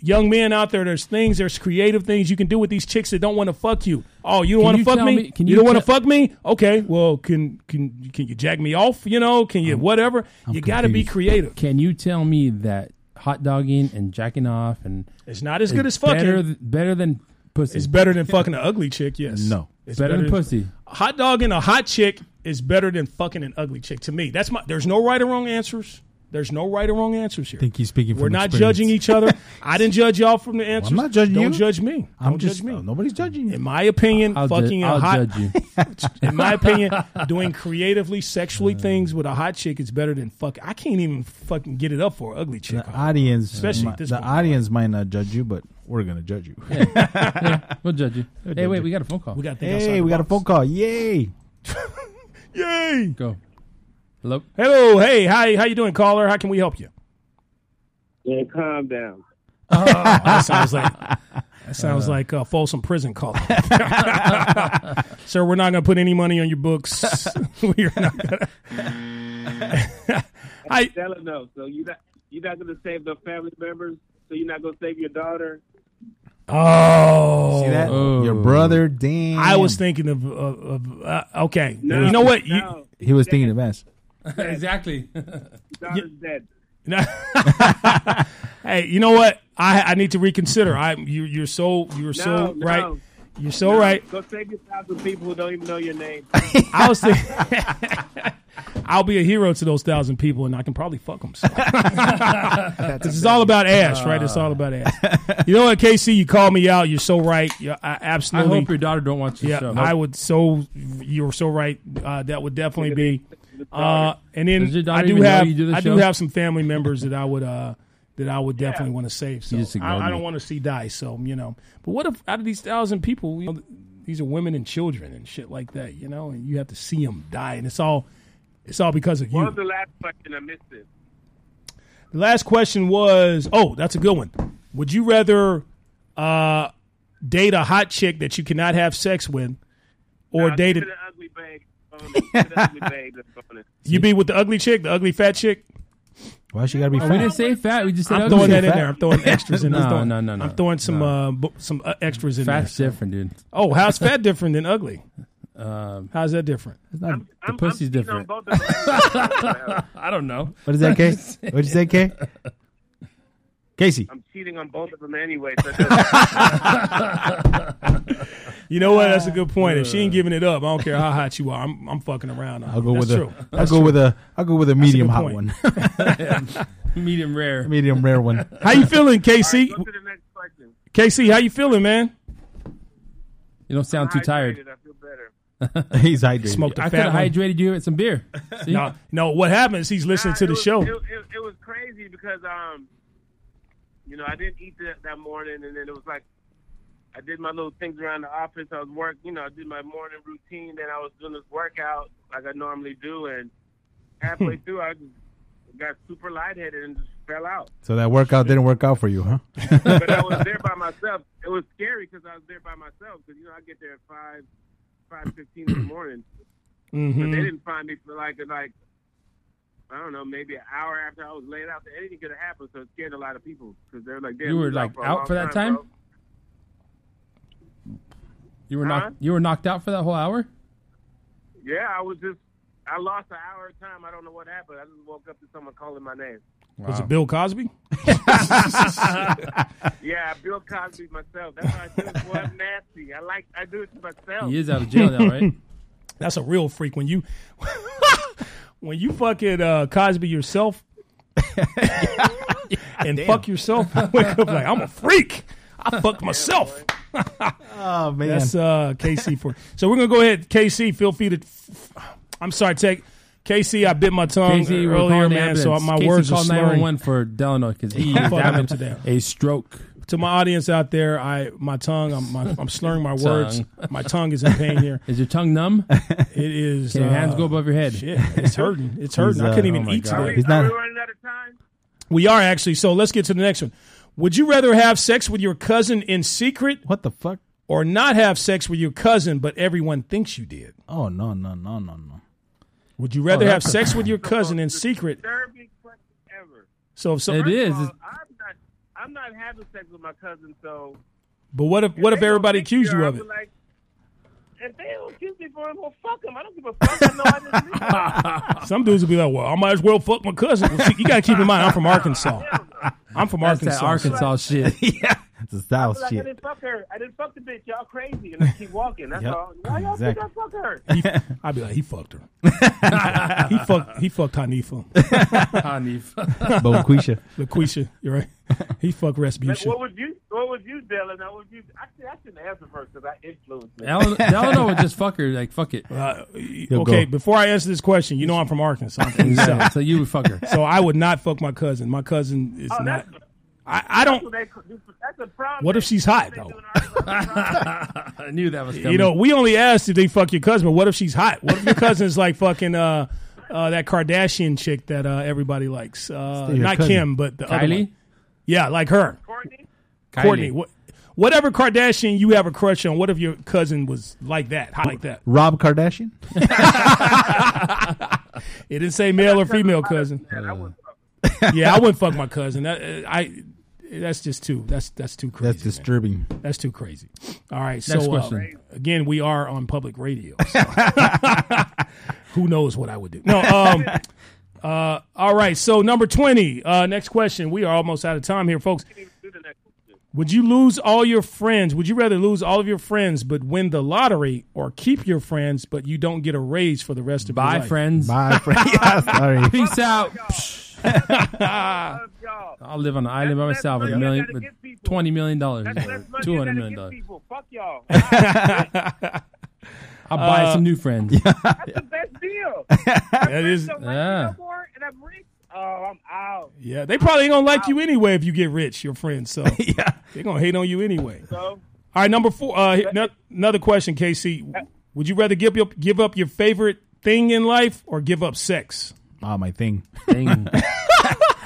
Speaker 2: Young men out there, there's things, there's creative things you can do with these chicks that don't want to fuck you. Oh, you don't want to
Speaker 3: you
Speaker 2: fuck
Speaker 3: tell
Speaker 2: me?
Speaker 3: me- can
Speaker 2: you,
Speaker 3: you
Speaker 2: don't want to
Speaker 3: tell-
Speaker 2: fuck me? Okay, well, can can can you jack me off? You know, can you whatever? you got to be
Speaker 4: confused.
Speaker 2: creative.
Speaker 3: Can you tell me that hot dogging and jacking off and
Speaker 2: It's not as good as
Speaker 3: is
Speaker 2: fucking.
Speaker 3: better, th- better than pussy?
Speaker 2: it's better than fucking an ugly chick. Yes.
Speaker 4: No.
Speaker 2: It's
Speaker 3: better, than pussy.
Speaker 2: hot dog and a hot chick is better than fucking an ugly chick to me. That's my. There's no right or wrong answers. There's no right or wrong answers here.
Speaker 4: think he's speaking.
Speaker 2: We're
Speaker 4: from
Speaker 2: not
Speaker 4: experience.
Speaker 2: judging each other. I didn't judge y'all from the answers.
Speaker 4: not judging
Speaker 2: Don't
Speaker 4: you.
Speaker 2: judge me.
Speaker 4: I'm
Speaker 2: Don't
Speaker 4: just
Speaker 2: judge me.
Speaker 4: nobody's judging
Speaker 2: In
Speaker 4: you.
Speaker 2: my opinion,
Speaker 3: I'll, ju-
Speaker 2: fucking a
Speaker 3: I'll
Speaker 2: hot.
Speaker 3: judge you.
Speaker 2: in my opinion, doing creatively
Speaker 4: Mm.
Speaker 2: sexually things with a hot chick is better than fuck. I can't even fucking get it up for an ugly chick.
Speaker 4: The audience,
Speaker 2: uh, Especially
Speaker 4: my-
Speaker 2: this
Speaker 4: the
Speaker 2: one.
Speaker 4: audience might not judge you, but we're gonna judge you.
Speaker 3: We'll judge you. hey, wait, we got a phone call.
Speaker 2: we got to think outside
Speaker 4: Hey,
Speaker 2: the
Speaker 4: we got a
Speaker 2: box.
Speaker 4: phone call! Yay!
Speaker 2: Yay!
Speaker 3: go. Hello.
Speaker 2: Hello, hey, hi, how you doing, caller? How can we help you? Oh,
Speaker 6: Yeah, calm down.
Speaker 2: That sounds like that sounds like uh, Folsom Prison call. Sir, we're not going to put any money on your books. We're not going to. I
Speaker 6: Tell her no. So you not you not gonna save the family members. So you're not gonna save your daughter.
Speaker 2: oh,
Speaker 4: See that?
Speaker 3: Oh.
Speaker 4: Your brother, damn.
Speaker 2: I was thinking of, of, of uh, okay. you know what? You-
Speaker 6: No,
Speaker 4: he was thinking of us.
Speaker 3: exactly.
Speaker 6: daughter's dead.
Speaker 2: hey, you know what? I I need to reconsider. I you you're so you're so
Speaker 6: No, no.
Speaker 2: right. You're so right.
Speaker 6: Go save your thousand people who don't even know your name.
Speaker 2: I was thinking, I'll be a hero to those thousand people, and I can probably fuck them. So. 'Cause it's all about ass, right? It's all about ass. You know what, KC? You called me out. You're so right. You're, I
Speaker 3: I
Speaker 2: absolutely.
Speaker 3: hope your daughter don't watch the
Speaker 2: yeah,
Speaker 3: show.
Speaker 2: I would so. You're so right. Uh, that would definitely be. Uh, and
Speaker 3: Does your
Speaker 2: then
Speaker 3: daughter
Speaker 2: I do
Speaker 3: even know
Speaker 2: have
Speaker 3: you do the
Speaker 2: I do
Speaker 3: show?
Speaker 2: have some family members that I would uh, that I would definitely want to save. So
Speaker 3: just ignored
Speaker 2: I, I don't
Speaker 3: me.
Speaker 2: want to see die. So you know, but what if out of these thousand people, you know, these are women and children and shit like that, you know, and you have to see them die, and it's all it's all because of you.
Speaker 6: What was the last question I missed it?
Speaker 2: The last question was, oh, that's a good one. Would you rather uh, date a hot chick that you cannot have sex with, or
Speaker 6: Nah,
Speaker 2: date
Speaker 6: give
Speaker 2: it?
Speaker 6: me the ugly bag. on it. Give me the ugly bag that's on it.
Speaker 2: You be with the ugly chick, the ugly fat chick.
Speaker 4: Why she gotta be
Speaker 3: We
Speaker 4: fat?
Speaker 3: didn't say fat. We just said
Speaker 2: I'm
Speaker 3: ugly.
Speaker 2: throwing that in
Speaker 4: fat?
Speaker 2: there. I'm throwing extras in.
Speaker 3: No,
Speaker 2: I'm throwing,
Speaker 3: no, no, no.
Speaker 2: I'm throwing some uh, bu- some uh, extras in
Speaker 3: Fat's
Speaker 2: there.
Speaker 3: different, dude.
Speaker 2: Oh, how's fat different than ugly?
Speaker 3: Um,
Speaker 2: How's that different?
Speaker 3: it's not,
Speaker 6: I'm,
Speaker 3: the
Speaker 6: I'm,
Speaker 3: pussy's
Speaker 6: I'm cheating on
Speaker 3: different.
Speaker 6: both of them.
Speaker 3: I don't know.
Speaker 4: What is that, Kay? What'd you say, Kay? Casey.
Speaker 6: I'm cheating on both of them anyway. So it doesn't-
Speaker 2: You know what? That's a good point. If she ain't giving it up, I don't care how hot you are. I'm, I'm fucking around.
Speaker 4: I'll go
Speaker 2: That's
Speaker 4: with a.
Speaker 2: true.
Speaker 4: will go with a. I'll go with a medium
Speaker 2: good
Speaker 4: hot
Speaker 2: point.
Speaker 4: one,
Speaker 3: Medium rare.
Speaker 4: medium rare one.
Speaker 2: How you feeling, KC?
Speaker 6: Go to the next question.
Speaker 2: KC, how you feeling, man?
Speaker 3: You don't sound too tired.
Speaker 6: Hydrated, I feel better.
Speaker 4: He's hydrated.
Speaker 2: Smoked a
Speaker 3: I could
Speaker 2: fat
Speaker 3: have
Speaker 2: one.
Speaker 3: hydrated you with some beer. See?
Speaker 2: No, no. What happens? He's listening
Speaker 6: Nah,
Speaker 2: to
Speaker 6: it
Speaker 2: the
Speaker 6: was-
Speaker 2: show.
Speaker 6: It, it- it was crazy because um, you know, I didn't eat that, that morning, and then it was like I did my little things around the office. I was work, you know, I did my morning routine. Then I was doing this workout like I normally do, and halfway through, I just got super lightheaded and just fell out.
Speaker 4: So that workout didn't work out for you, huh?
Speaker 6: but I was there by myself. It was scary because I was there by myself. Because you know, I get there at five, five fifteen in the morning.
Speaker 3: Mm-hmm.
Speaker 6: But they didn't find me for like like I don't know, maybe an hour after I was laid out. So anything could have happened. So it scared a lot of people because they're like, Damn,
Speaker 3: You were,
Speaker 6: was
Speaker 3: like,
Speaker 6: a
Speaker 3: out
Speaker 6: long
Speaker 3: for that time?
Speaker 6: bro.
Speaker 3: You were
Speaker 6: Huh?
Speaker 3: knocked. You were knocked out for that whole hour.
Speaker 6: Yeah, I was just I lost an hour of time. I don't know what happened. I just woke up to someone calling my name.
Speaker 2: Was it Bill Cosby?
Speaker 6: Yeah, I Bill Cosby myself. That's why I do it. Boy, I'm nasty. I like I do it to myself.
Speaker 3: He is out of jail now, right?
Speaker 2: That's a real freak. When you when you fucking uh, Cosby yourself and fuck yourself, I wake up like I'm a freak. I fucked myself.
Speaker 4: Oh man,
Speaker 2: That's uh, KC for. So we're gonna go ahead. KC, feel free to. I'm sorry, take KC. I bit my tongue
Speaker 3: Casey, we're
Speaker 2: earlier,
Speaker 3: calling the
Speaker 2: man. So
Speaker 3: ambulance.
Speaker 2: my
Speaker 3: Casey
Speaker 2: words are
Speaker 3: called
Speaker 2: slurring.
Speaker 3: 911 for Delano because he is
Speaker 2: Fuck
Speaker 3: having
Speaker 2: happened to them.
Speaker 3: a stroke.
Speaker 2: to my audience out there, I my tongue, I'm, my, I'm slurring my words. My tongue is in pain here.
Speaker 3: Is your tongue numb?
Speaker 2: It is.
Speaker 3: Can your hands
Speaker 2: uh,
Speaker 3: go above your head?
Speaker 2: Shit, it's hurting. It's hurting. I
Speaker 4: uh,
Speaker 2: couldn't
Speaker 4: oh
Speaker 2: even
Speaker 4: my
Speaker 2: eat
Speaker 4: God.
Speaker 6: Are
Speaker 2: today.
Speaker 6: we,
Speaker 4: He's
Speaker 6: are
Speaker 4: not-
Speaker 6: we running out of time?
Speaker 2: We are actually. So let's get to the next one. Would you rather have sex with your cousin in secret
Speaker 4: what the fuck?
Speaker 2: or not have sex with your cousin but everyone thinks you did?
Speaker 4: Oh no, no, no, no, no.
Speaker 2: Would you rather
Speaker 3: Oh,
Speaker 2: have
Speaker 3: that's a-
Speaker 2: sex with your cousin in secret?
Speaker 6: Disturbing question ever.
Speaker 2: So if so,
Speaker 3: It is.
Speaker 6: Well,
Speaker 3: It's-
Speaker 6: I'm not. I'm not having sex with my cousin. So
Speaker 2: but what if what if
Speaker 6: they don't
Speaker 2: everybody
Speaker 6: think
Speaker 2: accused you
Speaker 6: are,
Speaker 2: of
Speaker 6: I'll
Speaker 2: it?
Speaker 6: be Like, if they don't accuse me for it, well, fuck them. I don't give a fuck. I know I didn't do it.
Speaker 2: Some dudes would be like, "Well, I might as well fuck my cousin." Well, see, you got to keep in mind, I'm from Arkansas. I'm from
Speaker 3: That's
Speaker 2: Arkansas.
Speaker 3: that Arkansas shit.
Speaker 4: yeah, it's a style
Speaker 6: Like, I
Speaker 4: shit.
Speaker 6: didn't fuck her. I didn't fuck the bitch. Y'all crazy, and I keep walking. That's
Speaker 4: Yep.
Speaker 6: all. Why y'all
Speaker 4: Exactly.
Speaker 6: think I fuck her?
Speaker 2: I'd be like, "He fucked her. he fucked. He fucked Hanifa,
Speaker 3: Hanif.
Speaker 4: Boquisha.
Speaker 2: LaQuisha. You're right. He fucked
Speaker 6: Like,
Speaker 2: Respucia."
Speaker 6: what would you? What would you, Dylan? I would you? I, should- I shouldn't answer first because I influenced it.
Speaker 3: Delano, Delano would just fuck her. Like, fuck it.
Speaker 2: Uh, okay,
Speaker 4: go.
Speaker 2: before I answer this question, you know I'm from Arkansas. I'm from the South.
Speaker 3: Yeah, so you would fuck her.
Speaker 2: So I would not fuck my cousin. My cousin is
Speaker 6: Oh,
Speaker 2: not.
Speaker 6: that's,
Speaker 2: I, I
Speaker 6: what
Speaker 2: don't.
Speaker 6: they, that's a problem.
Speaker 2: What if she's hot
Speaker 6: They
Speaker 2: though?
Speaker 6: doing all right.
Speaker 3: I knew that was coming.
Speaker 2: You know, we only asked if they fuck your cousin, but what if she's hot? What if your cousin's like fucking uh, uh, that Kardashian chick that uh, everybody likes? Uh,
Speaker 4: your
Speaker 2: not
Speaker 4: cousin.
Speaker 2: Kim, but the other
Speaker 3: Kylie?
Speaker 2: one. Yeah, like her,
Speaker 6: Courtney.
Speaker 2: Courtney. What, whatever Kardashian you have a crush on, what if your cousin was like that, hot like that?
Speaker 4: Rob Kardashian.
Speaker 2: It didn't say male or female cousin.
Speaker 6: Man, I wouldn't fuck her.
Speaker 2: Yeah, I wouldn't fuck my cousin. That, uh, I. That's just too. That's that's too crazy.
Speaker 4: That's disturbing.
Speaker 2: That's too crazy. All right.
Speaker 3: Next
Speaker 2: so uh,
Speaker 3: question.
Speaker 2: again, we are on public radio. so- who knows what I would do? No. Um, uh, all right. So number twenty. Uh, next question. We are almost out of time here, folks.
Speaker 6: Can't even do the next question.
Speaker 2: Would you lose all your friends? Would you rather lose all of your friends but win the lottery, or keep your friends but you don't get a raise for the rest of your
Speaker 3: Bye,
Speaker 2: life?
Speaker 3: friends.
Speaker 4: Bye, friend. Yeah, sorry.
Speaker 3: Peace out.
Speaker 6: Love y'all.
Speaker 3: I'll live on an island by
Speaker 6: That's
Speaker 3: myself with a
Speaker 6: money I
Speaker 3: million,
Speaker 6: gotta
Speaker 3: with
Speaker 6: give people.
Speaker 3: twenty million dollars,
Speaker 6: That's less money
Speaker 3: two
Speaker 6: I gotta
Speaker 3: hundred million
Speaker 6: give
Speaker 3: dollars.
Speaker 6: people. Fuck y'all. That's
Speaker 3: I'll buy some new friends.
Speaker 6: the best deal. My friends
Speaker 2: is-
Speaker 6: don't like me
Speaker 3: yeah.
Speaker 6: no more, and I'm rich. oh, I'm out.
Speaker 2: Yeah, they probably ain't gonna like you anyway if you get rich, your friends. So yeah, they're gonna hate on you anyway.
Speaker 6: So
Speaker 2: All right, number four. Uh, here- no- another question, KC. Would you rather give up give up your favorite thing in life or give up sex?
Speaker 4: Ah, my thing.
Speaker 3: Dang.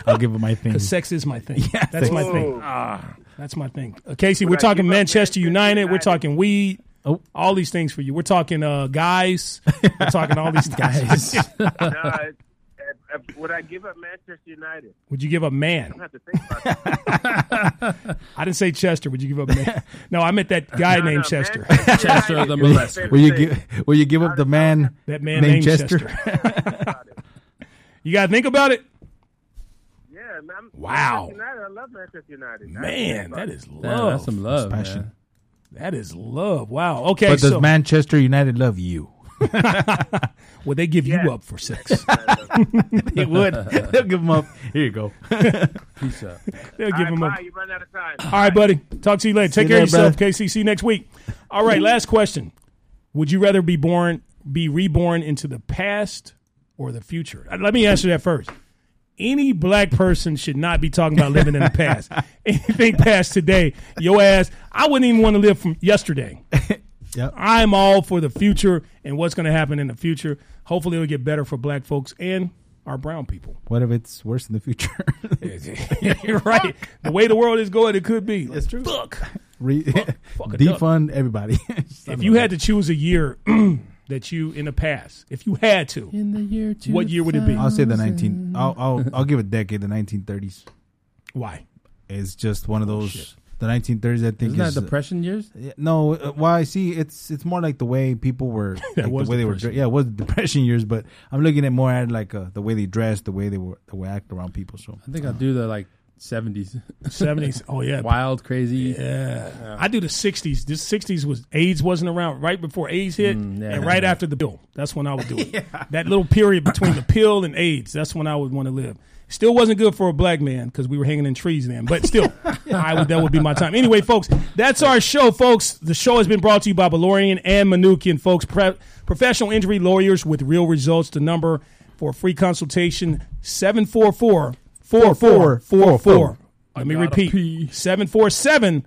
Speaker 4: I'll give it my thing.
Speaker 2: Sex is my thing. Yeah, that's
Speaker 4: sex
Speaker 2: my
Speaker 4: is-
Speaker 2: thing.
Speaker 6: Oh,
Speaker 2: That's my thing. Uh, Casey, we're
Speaker 6: Would I give
Speaker 2: talking
Speaker 6: up
Speaker 2: Manchester
Speaker 6: Manchester
Speaker 2: United. We're
Speaker 6: United?
Speaker 2: talking weed.
Speaker 4: Oh.
Speaker 2: All these things for you. We're talking uh, guys. We're talking all these guys.
Speaker 6: nah, it- if- if- would I give up Manchester United?
Speaker 2: Would you give up man?
Speaker 6: I have to think about that.
Speaker 2: I didn't say Chester. Would you give up man? No, I meant that guy
Speaker 6: No,
Speaker 2: named
Speaker 6: no,
Speaker 2: Chester.
Speaker 6: Manchester
Speaker 3: Chester
Speaker 6: United
Speaker 3: the
Speaker 6: is my
Speaker 3: molester.
Speaker 6: favorite
Speaker 4: Will you
Speaker 6: thing.
Speaker 4: give Will you give up the man?
Speaker 2: That man named Chester. You gotta think about it.
Speaker 6: Yeah, man. I'm-
Speaker 2: Wow.
Speaker 6: Manchester United, I love Manchester United. I
Speaker 2: Man,
Speaker 6: think
Speaker 2: that
Speaker 6: about
Speaker 2: is love.
Speaker 3: Damn, Oh, that's some love,
Speaker 4: That's passion.
Speaker 3: man.
Speaker 2: That is love. Wow. Okay,
Speaker 4: But does
Speaker 2: so
Speaker 4: Manchester United love you?
Speaker 2: well, they give
Speaker 6: Yeah.
Speaker 2: you up for sex.
Speaker 4: they would. They'll give him up. Here you go.
Speaker 3: Peace out.
Speaker 2: They'll give
Speaker 6: All right,
Speaker 2: him up.
Speaker 6: bye, You run out of time.
Speaker 2: All right, buddy. Talk to you later. Take
Speaker 4: you
Speaker 2: care
Speaker 4: later,
Speaker 2: of yourself, KC. See you next week. All right, last question. Would you rather be born be reborn into the past or the future? Uh, Let me answer that first. Any black person should not be talking about living in the past. Anything past today, your ass, I wouldn't even want to live from yesterday.
Speaker 4: Yep.
Speaker 2: I'm all for the future and what's going to happen in the future. Hopefully, it'll get better for black folks and our brown people.
Speaker 4: What if it's worse in the future?
Speaker 2: You're right. The way the world is going, it could be. That's true. Fuck.
Speaker 4: Re-
Speaker 2: fucking
Speaker 4: defund everybody.
Speaker 2: If you had to choose a year that you in the past, if you had to,
Speaker 3: In the year two.
Speaker 2: What year would it be?
Speaker 4: I'll say the 19. I'll I'll, I'll give a decade. The 1930s
Speaker 2: why?
Speaker 4: is just one of those. the 1930s, I think,
Speaker 3: Isn't that
Speaker 4: is
Speaker 3: depression years?
Speaker 4: Yeah, no, uh, well, I see. It's it's more like the way people were, like the way
Speaker 2: was
Speaker 4: they were.
Speaker 2: depression.
Speaker 4: dre- Yeah, it was the depression years, but I'm looking at more at like uh, the way they dressed, the way they were, the way they act around people. So
Speaker 3: I think I'll do the like 70s.
Speaker 2: Seventies. Oh yeah.
Speaker 3: Wild, crazy.
Speaker 2: I do the sixties. This sixties was AIDS wasn't around right before AIDS hit
Speaker 3: yeah.
Speaker 2: and right after the pill. That's when I would do it. That little period between the pill and AIDS, that's when I would want to live. Still wasn't good for a black man because we were hanging in trees then, but still, I would, that would be my time. Anyway, folks, that's our show, folks. The show has been brought to you by Valorian and Manukian, folks. Pre- professional injury lawyers with real results. The number for a free consultation, 744 4444. Let me repeat 747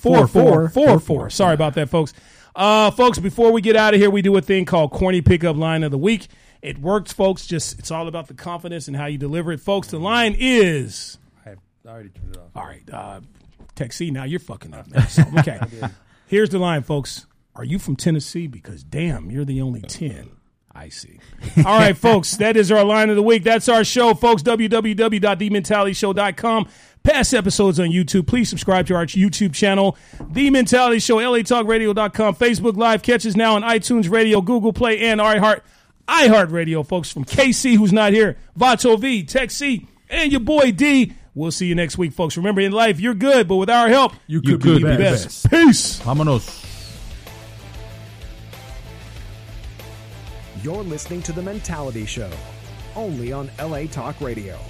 Speaker 2: 444 Sorry about that, folks. Uh, folks, before we get out of here, we do a thing called Corny Pickup Line of the Week. It works, folks. Just it's all about the confidence and how you deliver it, folks. The line is
Speaker 3: I already turned it off.
Speaker 2: all right. Uh, Texie, now you're fucking up. Now, so, okay, here's the line, folks. Are you from Tennessee? Because damn, you're the only ten. I see. All right, folks, that is our line of the week. That's our show, folks. www.thementalityshow.com. Past episodes on YouTube. Please subscribe to our YouTube channel, The Mentality Show, latalkradio.com, Facebook Live, catches now on iTunes Radio, Google Play, and iHeart, iHeartRadio, folks, from KC, who's not here, Vato V, Tech C, and your boy D. We'll see you next week, folks. Remember, in life, you're good, but with our help, you
Speaker 4: could be best.
Speaker 2: Peace.
Speaker 4: Vamanos.
Speaker 1: You're listening to The Mentality Show, only on LA Talk Radio.